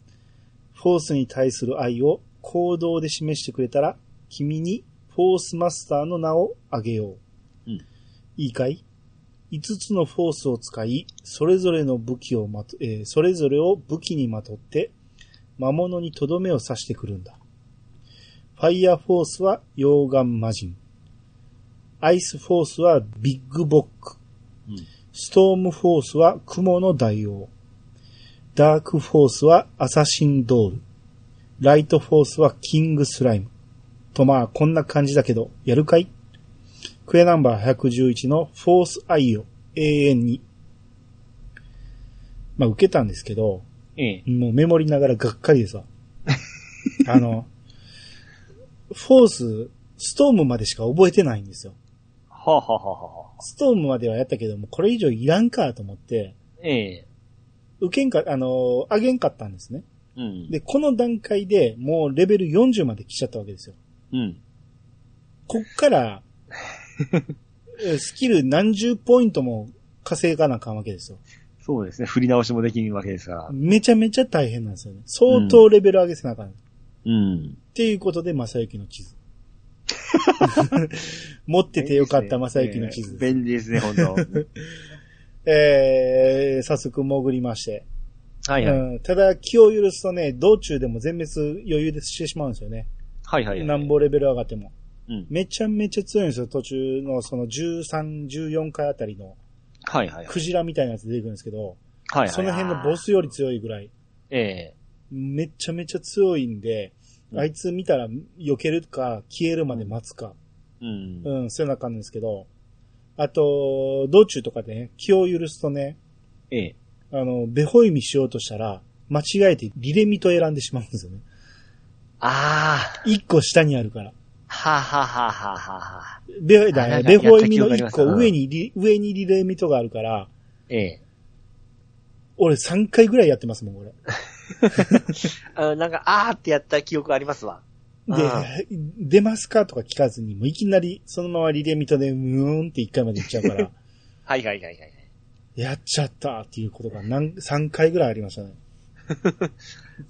A: フォースに対する愛を行動で示してくれたら、君にフォースマスターの名をあげよう。
B: うん
A: いいかい ?5 つのフォースを使い、それぞれの武器をまと、えーそれぞれを武器にまとって、魔物にとどめを刺してくるんだ。ファイヤーフォースは溶岩魔人。アイスフォースはビッグボック。
B: うん
A: ストームフォースは雲の大王。ダークフォースはアサシンドール。ライトフォースはキングスライム。とまあ、こんな感じだけど、やるかいクエナンバー111のフォース愛よ、永遠に。まあ、受けたんですけど、
B: ええ。
A: もうメモりながらがっかりでさ。あの、フォース、ストームまでしか覚えてないんですよ。
B: はあ、はあはあはあ、
A: ストームまではやったけども、これ以上いらんかと思って、
B: ええ。
A: 受けんか、あの、あげんかったんですね。
B: うん。
A: で、この段階でもうレベル40まで来ちゃったわけですよ。
B: うん。
A: こっから、えスキル何十ポイントも稼がなあかんわけですよ。
B: そうですね。振り直しもできるわけですから。
A: めちゃめちゃ大変なんですよね。相当レベル上げせなあかん。
B: うん。
A: っていうことで、正幸の地図。 持っててよかった正幸の地図。
B: 便利ですね、本当
A: えー、早速潜りまして。
B: はいはい。
A: うん、ただ、気を許すとね、道中でも全滅余裕でしてしまうんですよね。
B: はいはいはい。
A: なんぼレベル上がっても。
B: うん。
A: めちゃめちゃ強いんですよ。途中のその13、14回あたりの
B: はいはいはい。
A: クジラみたいなやつ出てくるんですけど、
B: はいはいはい。
A: その辺のボ。スより強いぐらい。
B: ええ。
A: めちゃめちゃ強いんで、
B: うん
A: あいつ見たら避けるか消えるまで待つか。
B: うん。
A: うん、そういうな感じですけど、あと、道中とかでね、気を許すとね、
B: ええ。
A: あの、ベホイミしようとしたら、間違えてリレミと選んでしまうんですよね。
B: ああ。
A: 一個下にあるから。
B: はあはあはあはあはあはあ。
A: ベだ
B: あな
A: ね
B: んか
A: ベホイミ
B: やっ
A: の
B: た記憶あり
A: 一
B: ます
A: 個
B: うん
A: 上にリ、上にリレミとがあるから、
B: ええ。
A: 俺3回ぐらいやってますもん、これ。
B: あなんか、あーってやった記憶ありますわ。
A: で、出ますかとか聞かずに、もういきなりそのままリレミとで、うーんって1回まで行っちゃうから、
B: はいはいはいはい。
A: やっちゃったっていうことが何、3回ぐらいありましたね。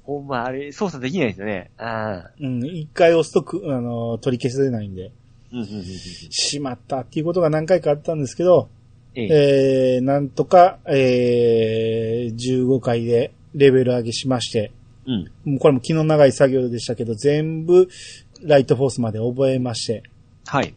B: ほんま、あれ、操作できないですよね。ああ。
A: うん、1回押すとく、あの、取り消せないんで。
B: うんうんうんうん。
A: しまったっていうことが何回かあったんですけど、
B: ええ。
A: えー、なんとか、えー、15回でレベル上げしまして、
B: うん。
A: もうこれも気の長い作業でしたけど、全部ライトフォースまで覚えまして、
B: はい。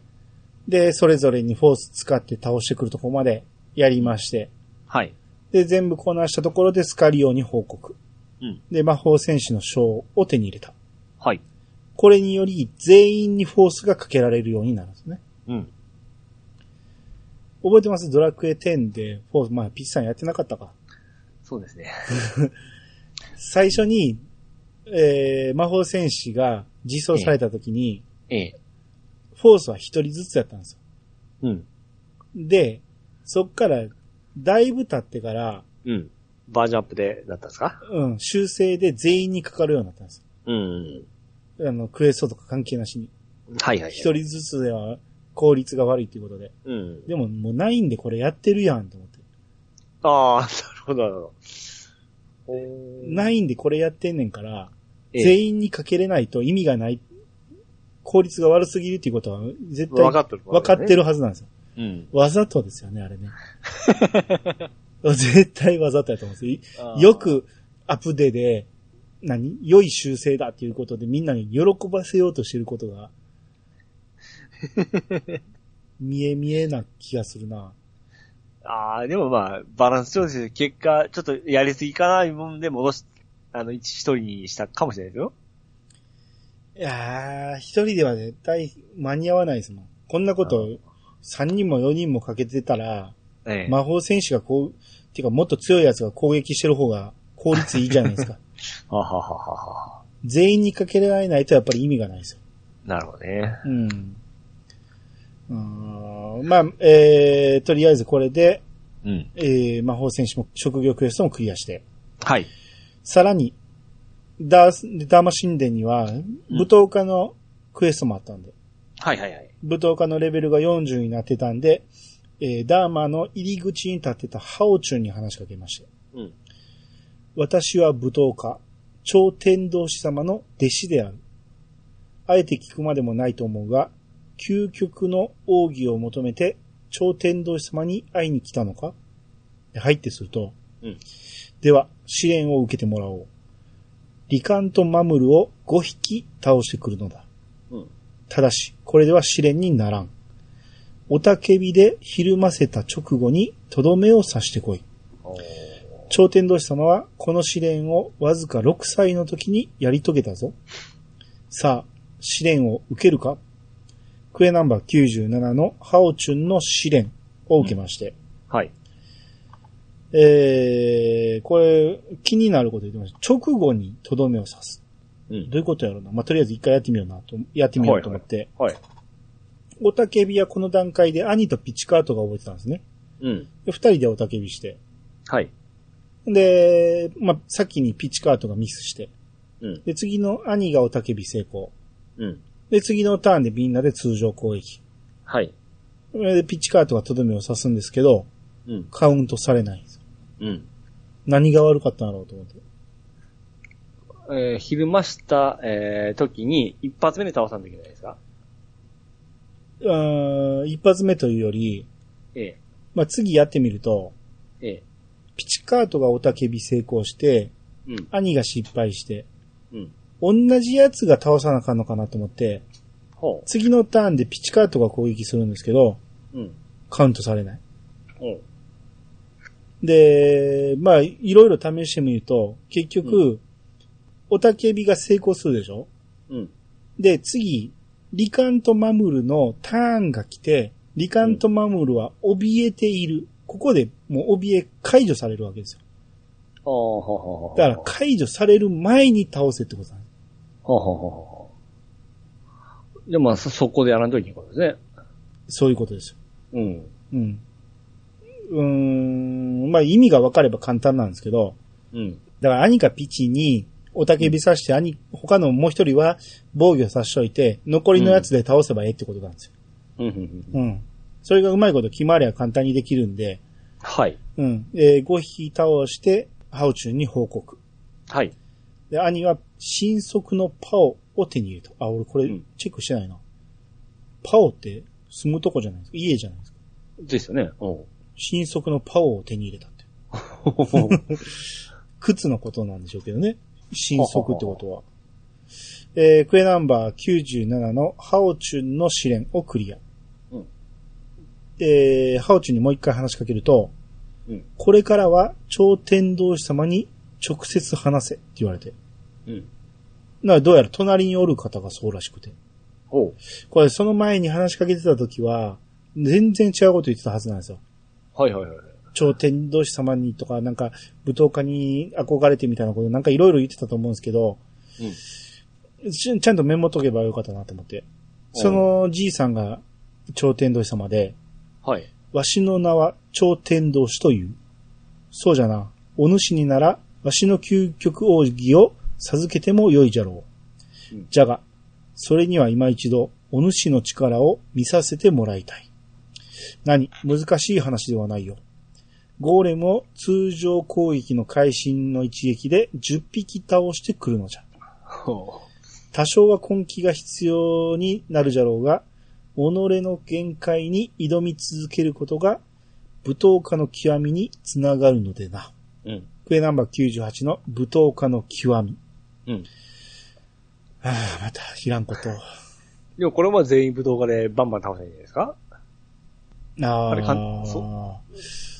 A: で、それぞれにフォース使って倒してくるとこまでやりまして、
B: はい。
A: で、全部こなしたところでスカリオに報告。
B: うん。
A: で、魔法戦士の賞を手に入れた。
B: はい。
A: これにより、全員にフォースがかけられるようになるんですね。
B: うん。
A: 覚えてますドラクエ10で、フォース、まあ、ピッチさんやってなかったか。
B: そうですね。
A: 最初に、えー、魔法戦士が実装された時に、
B: ええ。
A: フォースは一人ずつやったんです
B: うん。
A: よ。で、そっから、だいぶ経ってから、
B: うん。バージョンアップで、だったんですか
A: うん、修正で全員にかかるようになったんです
B: うん。
A: よ。あの、クエストとか関係なしに。
B: はいはい。
A: 一人ずつでは効率が悪いっていうことで。
B: うん。
A: でももうないんでこれやってるやんと思って。
B: ああ、なるほど、なるほど。
A: ないんでこれやってんねんから、
B: ええ
A: 全員にかけれないと意味がない、効率が悪すぎるっていうことは絶対
B: わかってる
A: わかってるはずなんですよ。
B: うん。
A: わざとですよね、あれ ね。絶対わざとやと思うんですよ。よ、くアップデで、何良い修正だっていうことでみんなに喜ばせようとしてること が、見え見えな気がするな。
B: ああ、でもまあ、バランス調整、結果、ちょっとやりすぎかな、いうもんで戻し、あの、一一人にしたかもしれないですよ。
A: いやー、一人では絶対間に合わないですもん。こんなこと、三人も四人もかけてたら、
B: ええ。
A: 魔法戦士がこう、てかもっと強いやつが攻撃してる方が効率いいじゃないです か。
B: ははははは。
A: 全員にかけられないとやっぱり意味がないですよ。
B: なるほどね。
A: うん。うーんまあ、えー、とりあえずこれで、
B: うん。
A: えー、魔法戦士も職業クエストもクリアして、
B: はい。
A: さらに、ダース、ダーマ神殿には、舞踏家のクエストもあったんで、
B: はいはいはい。
A: 舞踏家のレベルが40になってたんで、えーダーマの入り口に立ってたハオチュンに話しかけまして、
B: うん。
A: 私は舞踏家、超天道師様の弟子である。あえて聞くまでもないと思うが、究極の奥義を求めて、超天道様に会いに来たのか入ってすると、
B: うん
A: では、試練を受けてもらおう。リカンとマムルを5匹倒してくるのだ。
B: うん
A: ただし、これでは試練にならん。おたけびでひるませた直後にとどめを刺してこい。
B: おー
A: 頂天同士様はこの試練をわずか6歳の時にやり遂げたぞ。さあ、試練を受けるかクエナンバー97のハオチュンの試練を受けまして。
B: はい。
A: えー、これ、気になること言ってました。直後にとどめを刺す。
B: うん。
A: どういうことやろうな。まあ、とりあえず一回やってみようなと、やってみようと思って。
B: はい。
A: おたけびはこの段階で兄とピチカートが覚えてたんですね。
B: うん。
A: で二人でおたけびして。
B: はい。
A: で、まあ、先にピチカートがミスして。
B: うん。
A: で、次の兄がおたけび成功。
B: うん。
A: で、次のターンでみんなで通常攻撃。
B: はい。
A: で、ピッチカートがとどめを刺すんですけど、
B: うん。
A: カウントされないんですよ。
B: うん。
A: 何が悪かったんだろうと思って。
B: えー、ひるました、えー、時に、一発目で倒さんといけないですか
A: うーん、一発目というより、
B: え
A: まあ、次やってみると、
B: え、え
A: ピチカートがおたけび成功して、
B: え、うん、
A: 兄が失敗して、
B: うん。
A: 同じやつが倒さなあかんのかなと思って、
B: ほ
A: 次のターンでピチカートが攻撃するんですけど、
B: う。うん。
A: カウントされない。
B: おう。
A: で、まあ、いろいろ試してみると、結局、
B: う
A: おたけびが成功するでしょ
B: うん。
A: で、次、リカンとマムルのターンが来て、リカンとマムルは怯えている。ここでもう怯え解除されるわけですよ。
B: ああ、ほうほうほうほう。
A: だから解除される前に倒せってことなんです。
B: ほうほうほうほう。でも、まあそ、そこでやらんといけないことですね。
A: そういうことですよ。
B: うん。
A: うん。うーん、まあ意味が分かれば簡単なんですけど、
B: うん。
A: だから兄かピチに、おたけび刺して、兄、他のもう一人は防御さしといて、残りのやつで倒せばええってことなんですよ。
B: うんうん。うん
A: うん。それがうまいこと決まりゃ簡単にできるんで、
B: はい。
A: うん。えー、5匹倒して、ハオチュンに報告。
B: はい。
A: で、兄は、新速のパオを手に入れた。あ、俺これ
B: うん、
A: チェックしてないな。パオって、住むとこじゃないですか。家じゃないですか。
B: ですよね。おう。
A: 新速のパオを手に入れたって。
B: ほうほうほう
A: 靴のことなんでしょうけどね。新速ってことは。えー、クエナンバー97のハオチュンの試練をクリア。
B: うん
A: えーハオチュンにもう一回話しかけると、
B: うん
A: これからは超天道師様に直接話せって言われて。
B: うん。
A: ならどうやら隣におる方がそうらしくて。
B: ほう。
A: これその前に話しかけてた時は、全然違うこと言ってたはずなんですよ。
B: はいはいはいはい。
A: 超天道師様にとか、なんか、舞踏家に憧れてみたいなこと、なんかいろいろ言ってたと思うんですけど、ちちゃんとメモっとけばよかったなと思って。そのじいさんが超天道師様で、
B: はい。
A: わしの名は超天道師という。そうじゃな。お主になら、わしの究極奥義を授けてもよいじゃろう。
B: うん
A: じゃが、それには今一度、お主の力を見させてもらいたい。何難しい話ではないよ。ゴーレムを通常攻撃の会心の一撃で10匹倒してくるのじゃ。
B: ほ
A: 多少は根気が必要になるじゃろうが、己の限界に挑み続けることが、舞踏家の極みにつながるのでな。
B: う。うん。
A: クエナンバー98の舞踏家の極み。
B: うん。
A: はあ、また、ひらんこと。あ
B: でもこれも全員武道家でバンバン倒せないじゃないですか
A: あ
B: あれかんそ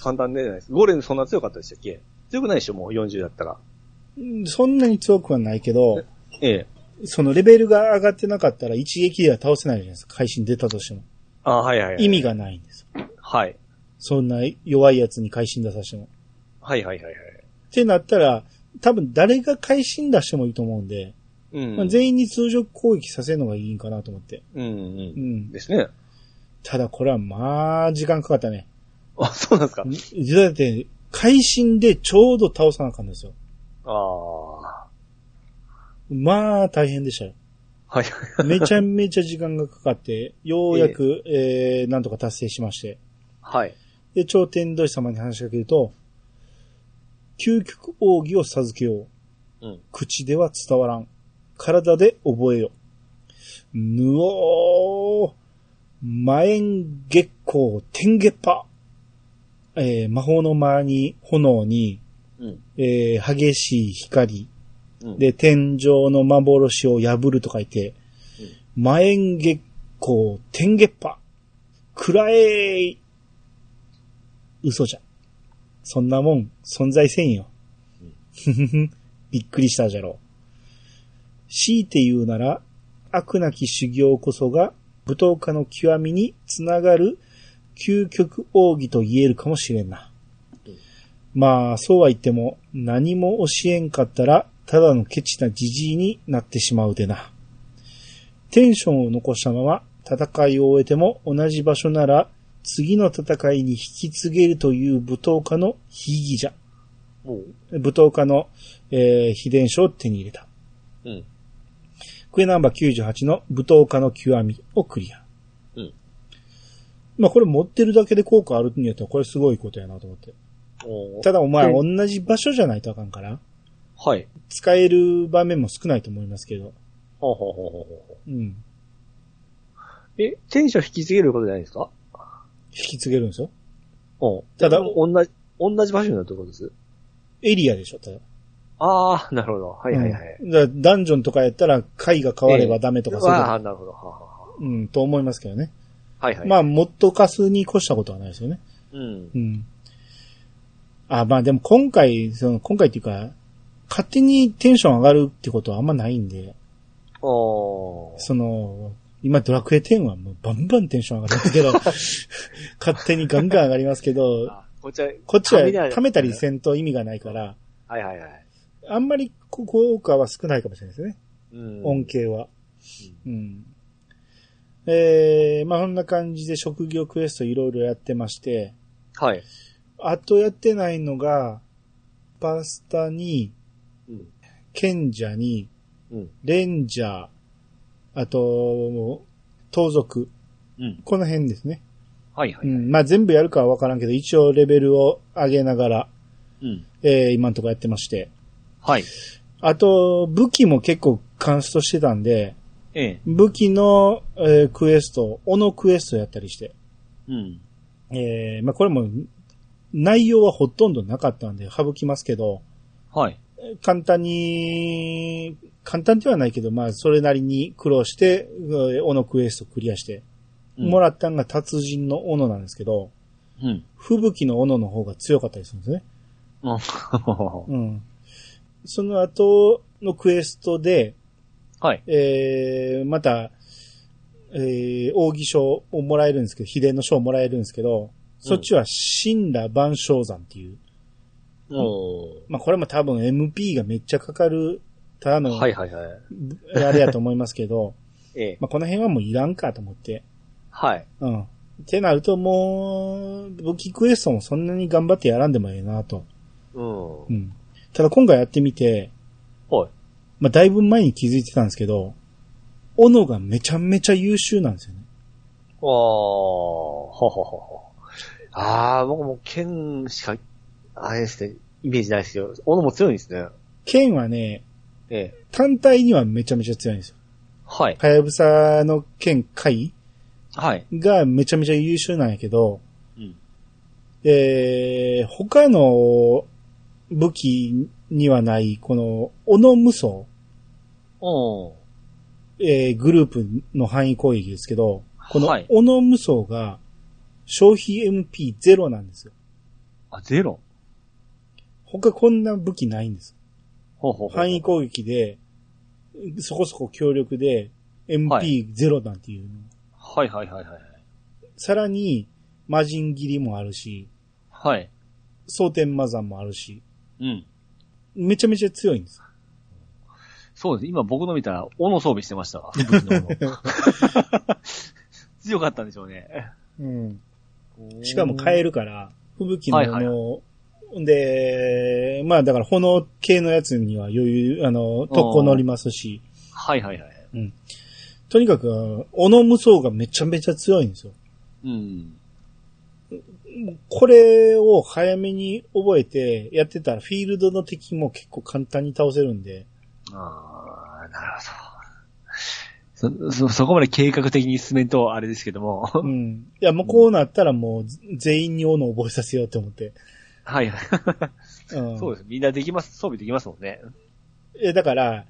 B: 簡単でじゃないですか。ゴーレムそんな強かったでしたっけ強くないでしょもう40だったら。
A: うんそんなに強くはないけど、
B: ええ。
A: そのレベルが上がってなかったら一撃では倒せないじゃないですか。会心出たとしても。
B: あはいはいはい。
A: 意味がないんです。
B: はい。
A: そんな弱いやつに会心出させても。
B: はいはいはいはい。
A: ってなったら、多分誰が会心出してもいいと思うんで、
B: うん。
A: まあ、全員に通常攻撃させるのがいいんかなと思って。
B: うん
A: う
B: うんん。。ですね。
A: ただこれはまあ、時間かかったね。
B: あ、そうなんですか。
A: だって、会心でちょうど倒さなあかんんですよ。
B: ああ。は
A: まあ、大変でしたよ。
B: いはい。
A: めちゃめちゃ時間がかかって、ようやく、えー、なんとか達成しまして。
B: はい。
A: で、頂天同士様に話しかけると、究極奥義を授けよう。
B: うん。
A: 口では伝わらん。体で覚えよ。ぬおー、魔炎月光、天月波。えー魔法の間に、炎に、
B: うん。
A: えー激しい光。
B: うん、
A: で、天井の幻を破ると書いて、魔炎月光、天月波。暗えい。嘘じゃ。そんなもん、存在せんよ。ふふふ。 びっくりしたじゃろう。強いて言うなら、悪なき修行こそが、舞踏家の極みにつながる究極奥義と言えるかもしれんな。まあ、そうは言っても、何も教えんかったら、ただのケチなじじいになってしまうでな。テンションを残したまま、戦いを終えても同じ場所なら、次の戦いに引き継げるという舞踏家の秘技じゃ。
B: もう。
A: 舞踏家の、えー秘伝書を手に入れた。
B: うん。
A: クエナンバー98の舞踏家の極みをクリア。
B: うん。
A: まあこれ持ってるだけで効果あるんやったらこれすごいことやなと思って。
B: おー
A: ただお前
C: う
A: 同じ場所じゃないとあかんから、
B: はい。
A: 使える場面も少ないと思いますけど。
B: ほうほうほうほうほ
A: うん。
B: う。え、テンション引き継げることじゃないですか
A: 引き継げるんですよ。
B: うん。
A: ただ
B: でも同じ、同じ場所になるってことです
A: エリアでしょ、ただ。
B: ああ、なるほど。はいはいはい。
A: うんだからダンジョンとかやったら階が変わればダメとかそういう
B: あ
A: こ
B: あ、なるほど。はあはあは
A: と、うん、と思いますけどね。
B: あはいはい。
A: まあ、もっとかすに越したことはないですよね。
B: うん。
A: うん。あ、まあでも今回、その、今回っていうか、勝手にテンション上がるってことはあんまないんで、
B: おー。
A: その、今ドラクエ10はもうバンバンテンション上がりますけ ど、勝手にガンガン上がりますけど、
B: あこっちは、
A: こっちは
B: ためられ
A: 貯めたりせんと意味がないから、
B: はいはいはい。
A: あんまり効果は少ないかもしれないですね。
B: うん
A: 恩恵は。うん。えー、まあこんな感じで職業クエストいろいろやってまして、
B: はい。
A: あとやってないのが、パスタに、
B: うん。
A: 賢者に、
B: うん。
A: レンジャー、あと、盗賊。
B: うん。
A: この辺ですね。
B: はいは
A: う
B: い。
A: ん。まあ全部やるかはわからんけど、一応レベルを上げながら、
B: うん。
A: えー、今んとこやってまして。
B: はい。
A: あと、武器も結構カンストしてたんで、
B: ええ。
A: 武器の、えークエスト、斧クエストやったりして。
B: うん。
A: えー、まあこれも、内容はほとんどなかったんで省きますけど、
B: はい。
A: 簡単に、簡単ではないけど、まあ、それなりに苦労して、う斧クエストクリアして、も
B: ら
A: らったのが達人の斧なんですけど、
B: うん。
A: 吹雪の斧の方が強かったりするんですね。
B: うん。
A: うん。その後のクエストで、
B: はい。
A: えー、また、えー、奥義賞をもらえるんですけど、秘伝の賞をもらえるんですけど、そっちは神羅万象山っていう、
B: おー。
A: まあこれも多分 MP がめっちゃかかる、ただの、
B: はいはいはい。
A: あれやと思いますけど、
B: ええ。
A: まあ、この辺はもういらんかと思って。
B: はい。
A: うん。ってなるともう、武器クエストもそんなに頑張ってやらんでもええなと。
B: うん。は
A: う
B: い。
A: ん。ただ今回やってみて、まあ、だいぶ前に気づいてたんですけど、斧がめちゃめちゃ優秀なんですよね。
B: あー。ほほほほ。あー、僕も剣しか、あれですね、イメージないですけど、斧も強いんですね。
A: 剣はね、
B: ええ。
A: 単体にはめちゃめちゃ強いんですよ。
B: はい。
A: はやぶさの剣回
B: はい。
A: がめちゃめちゃ優秀なんやけど、
B: うん。
A: えー、他の武器にはない、この、斧無双。
B: おー。
A: えーグループの範囲攻撃ですけど、この
B: はい、
A: オノ無双が、消費 MP0 なんですよ。
B: あ、ゼロ
A: 他こんな武器ないんです。
B: ほうほうほう。
A: 範囲攻撃で、そこそこ強力で、
B: は
A: MP0 なんていうの、
B: はいはいはいはい。
A: さらに、魔人斬りもあるし、
B: はい。
A: 蒼天魔山もあるし、
B: うん。
A: めちゃめちゃ強いんです。
B: そうです。今僕の見たら、斧装備してま したわ。吹雪の斧 強かったんでしょうね。
A: うん。しかも変え
B: る。
A: るから、吹雪の
B: は
A: あ
B: いはい
A: の、で、まあだから炎系のやつには余裕、あの、特攻乗りますし、
B: はいはいはい。
A: とにかく、斧無双がめちゃめちゃ強いんですよ。
B: うん。
A: これを早めに覚えてやってたら、フィールドの敵も結構簡単に倒せるんで、
B: ああ、なるほど。そ、 そ、そこまで計画的に進めんとあれですけども。
A: うん。いや、もうこうなったらもう全員に斧を覚えさせようと思って。
B: はいはい。
A: うん。
B: そう
A: す。
B: です。みんなできます、装備できますもんね。
A: え、だから、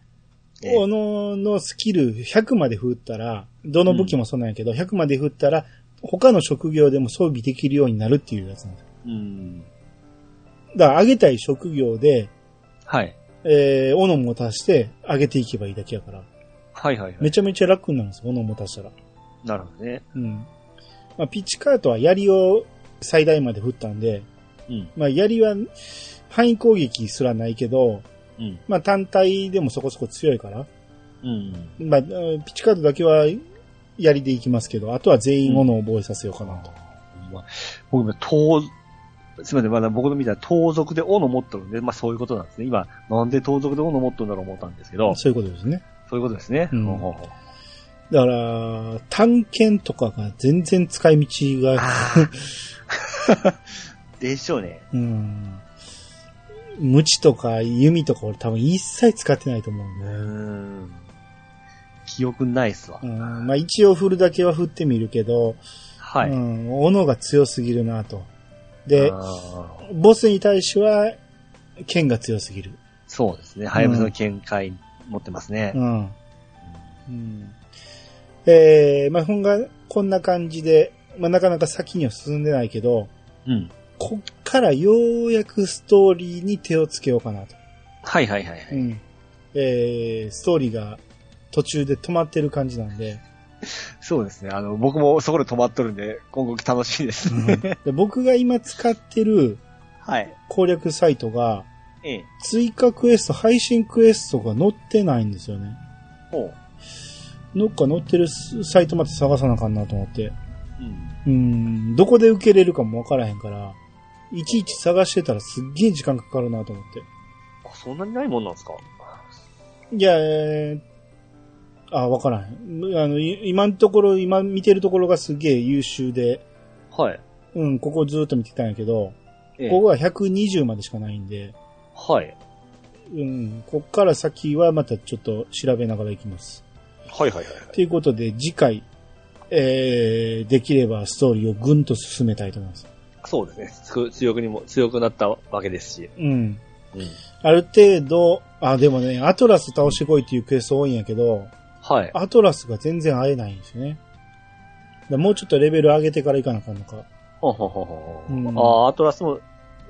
B: ええ
A: 斧のスキル100まで振ったら、どの武器もそうなんやけど、100まで振ったら、他の職業でも装備できるようになるっていうやつなんです。
B: うん。
A: だから、上げたい職業で、
B: はい。
A: えー、斧も足して上げていけばいいだけやから、
B: はいはいは
A: め
B: い。
A: ちゃめちゃ楽になるんですよ、斧も足したら。
B: なるほどね。
A: うん。まあ、ピッチカートは槍を最大まで振ったんで、
B: うん。
A: まあ、槍は範囲攻撃すらないけど、
B: うん。
A: まあ、単体でもそこそこ強いから、
B: うん。
A: まあ、うんピッチカートだけは槍でいきますけど、あとは全員斧を覚えさせようかなと。
B: ほんま僕今、盗、すみません、まだ僕の見たら盗賊で斧持っとるんで、まあそういうことなんですね。今、なんで盗賊で斧持っとるんだろう思ったんですけど、
A: そういうことですね。
B: そういうことですね。
A: うん
B: ほほほ
A: だから、探検とかが全然使い道が、
B: でしょうね。
A: うん。無知とか弓とか俺多分一切使ってないと思うん
B: う
A: で。
B: ーん。記憶ないっすわ
A: う。ん、まあ一応振るだけは振ってみるけど、
B: は
A: う
B: い。
A: ん、斧が強すぎるなと。で、
B: あー
A: ボスに対しては、剣が強すぎる。
B: そうですね。ハヤブサの見解持ってますね
A: う。ん。うん、えー、まあ、ほんが、こんな感じで、まあ、なかなか先には進んでないけど、
B: うん。
A: こっからようやくストーリーに手をつけようかなと。
B: はいはいはいは
A: う
B: い。
A: ん。えー、ストーリーが途中で止まってる感じなんで、
B: そうですね。あの、僕もそこで止まっとるんで、今後楽しみです。
A: で僕が今使ってる
B: はい。
A: 攻略サイトが、
B: ええ。
A: 追加クエスト、配信クエストが載ってないんですよね。
B: ほう。
A: どっか載ってるサイトまで探さなあかんなと思って。
B: うん。
A: うん、どこで受けれるかもわからへんから、いちいち探してたらすっげえ時間かかるなと思って。
B: あそんなにないもんなんですか
A: いや、えーあ、わからへん。あの、い今のところ、今見てるところがすげえ優秀で、
B: はい。
A: うん、ここずっと見てたんやけど、
B: ええ
A: ここは120までしかないんで、
B: はい。
A: うん、こっから先はまたちょっと調べながら行きます。
B: はいはいはい。
A: ということで、次回、えー、できればストーリーをぐんと進めたいと思います。
B: そうですね。つく強くにも、強くなったわけですし。
A: うん。
B: うん。
A: ある程度、あ、でもね、アトラス倒してこいっていうクエスト多いんやけど、
B: はい。
A: アトラスが全然会えないんですよね。だからもうちょっとレベル上げてからいかなあかんのか。
B: ほうほうほうほう。
A: うん
B: ああ、アトラスも、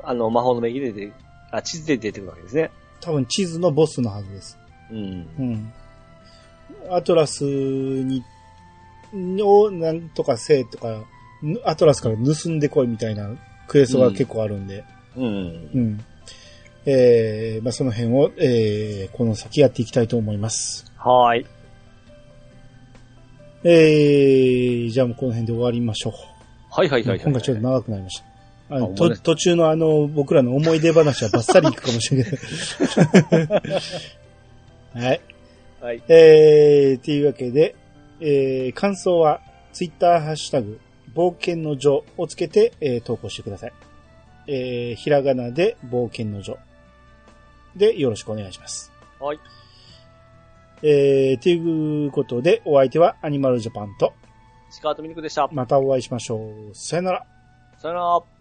B: あの、魔法の右で出て、あ、地図で出てくるわけですね。
A: 多分地図のボスのはずです。
B: うん。
A: うん。アトラスに、をなんとかせえとか、ぬアトラスから盗んでこいみたいなクエストが結構あるんで、
B: うん。
A: うん。えー、まあ、その辺を、えー、この先やっていきたいと思います。
B: はーい。
A: えー、じゃあもうこの辺で終わりましょう。
B: はいはいはいはい。
A: 今回ちょっと長くなりました。あの
B: あ
A: と
B: 思い出
A: 途中のあの、僕らの思い出話はバッサリいくかもしれない。 はい。
B: はい。
A: えー、というわけで、えー、感想は、ツイッターハッシュタグ、冒険の女をつけて、えー投稿してください。えー、ひらがなで冒険の女。で、よろしくお願いします。
B: はい。
A: えー、ということで、お相手はアニマルジャパンと、
B: 石川とミルクでした。
A: またお会いしましょう。さよなら。
B: さよなら。